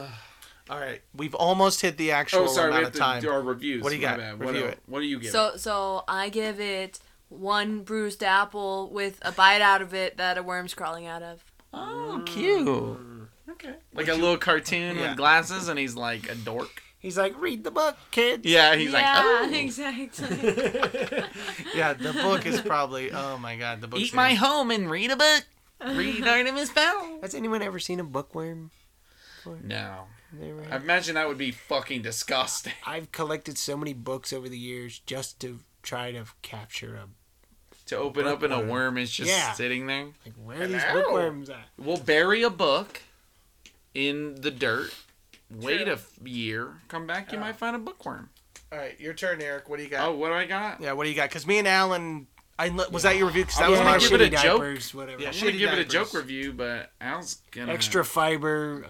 right, we've almost hit the Oh, actual amount of time. reviews. What do you My got? bad. What Review el- it. What do you give? So so I give it one bruised apple with a bite out of it that a worm's crawling out of. oh, cute. Okay. Like a little cartoon Yeah. with glasses, and he's like a dork. He's like, read the book, kids. Yeah, he's like, yeah, oh, [laughs] exactly. yeah, the book is probably. [laughs] Oh my god, the book. eat my home and read a book. Read Artemis Fowl. Has anyone ever seen a bookworm? No, They were- I imagine that would be fucking disgusting. I've collected so many books over the years just to try to capture a to open up and a worm is just Yeah. sitting there. like where are these Hello. bookworms at? We'll bury a book in the dirt. Wait a f- year, come back, you might find a bookworm. All right, your turn, Eric. What do you got? Oh, what do I got? Yeah, what do you got? Because me and Alan, I lo- was that your review? Because that Yeah. was my gonna give it a shitty joke. diapers, whatever. Yeah, I'm gonna Shitty give it a diapers. joke review, but Al's gonna Extra fiber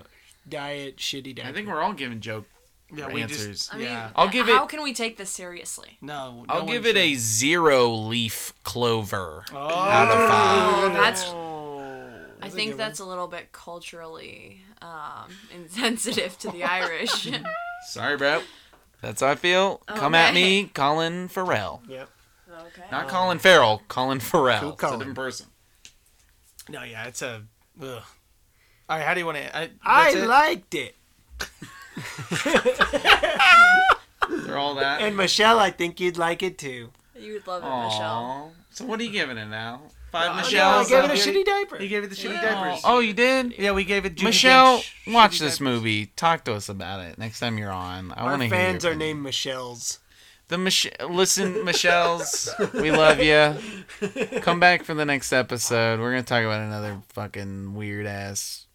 diet, shitty diet. I think we're all giving joke Yeah, for we just- answers. I mean, Yeah. I'll give How it- can we take this seriously? No, I'll no give one it a zero leaf clover out Oh, of five. Oh, that's. I a think good one. that's a little bit culturally um, [laughs] insensitive to the Irish. [laughs] Sorry, bro. That's how I feel. Come at me, Colin Farrell. Yep. okay. Not Colin Farrell, Colin Farrell. Who It's a Colin? different person. no, yeah, it's a. Ugh. All right, how do you want to? I, I that's it? liked it. They're all that. And Michelle, I think you'd like it too. You would love it, Aw. Michelle. So what are you giving it now? Five Oh, no, Michelle's. uh, I gave it a Uh, so- shitty diaper. You gave it the shitty Yeah. diapers. Oh, you did? yeah, we gave it. Judy Michelle, Dench shitty watch this diapers. movie. Talk to us about it next time you're on. I Our want to hear. your fans are opinion. named Michelle's. The Mich- listen, Michelle's. We love [laughs] you. Come back for the next episode. We're gonna talk about another fucking weird ass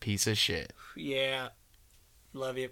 piece of shit. Yeah. Love you.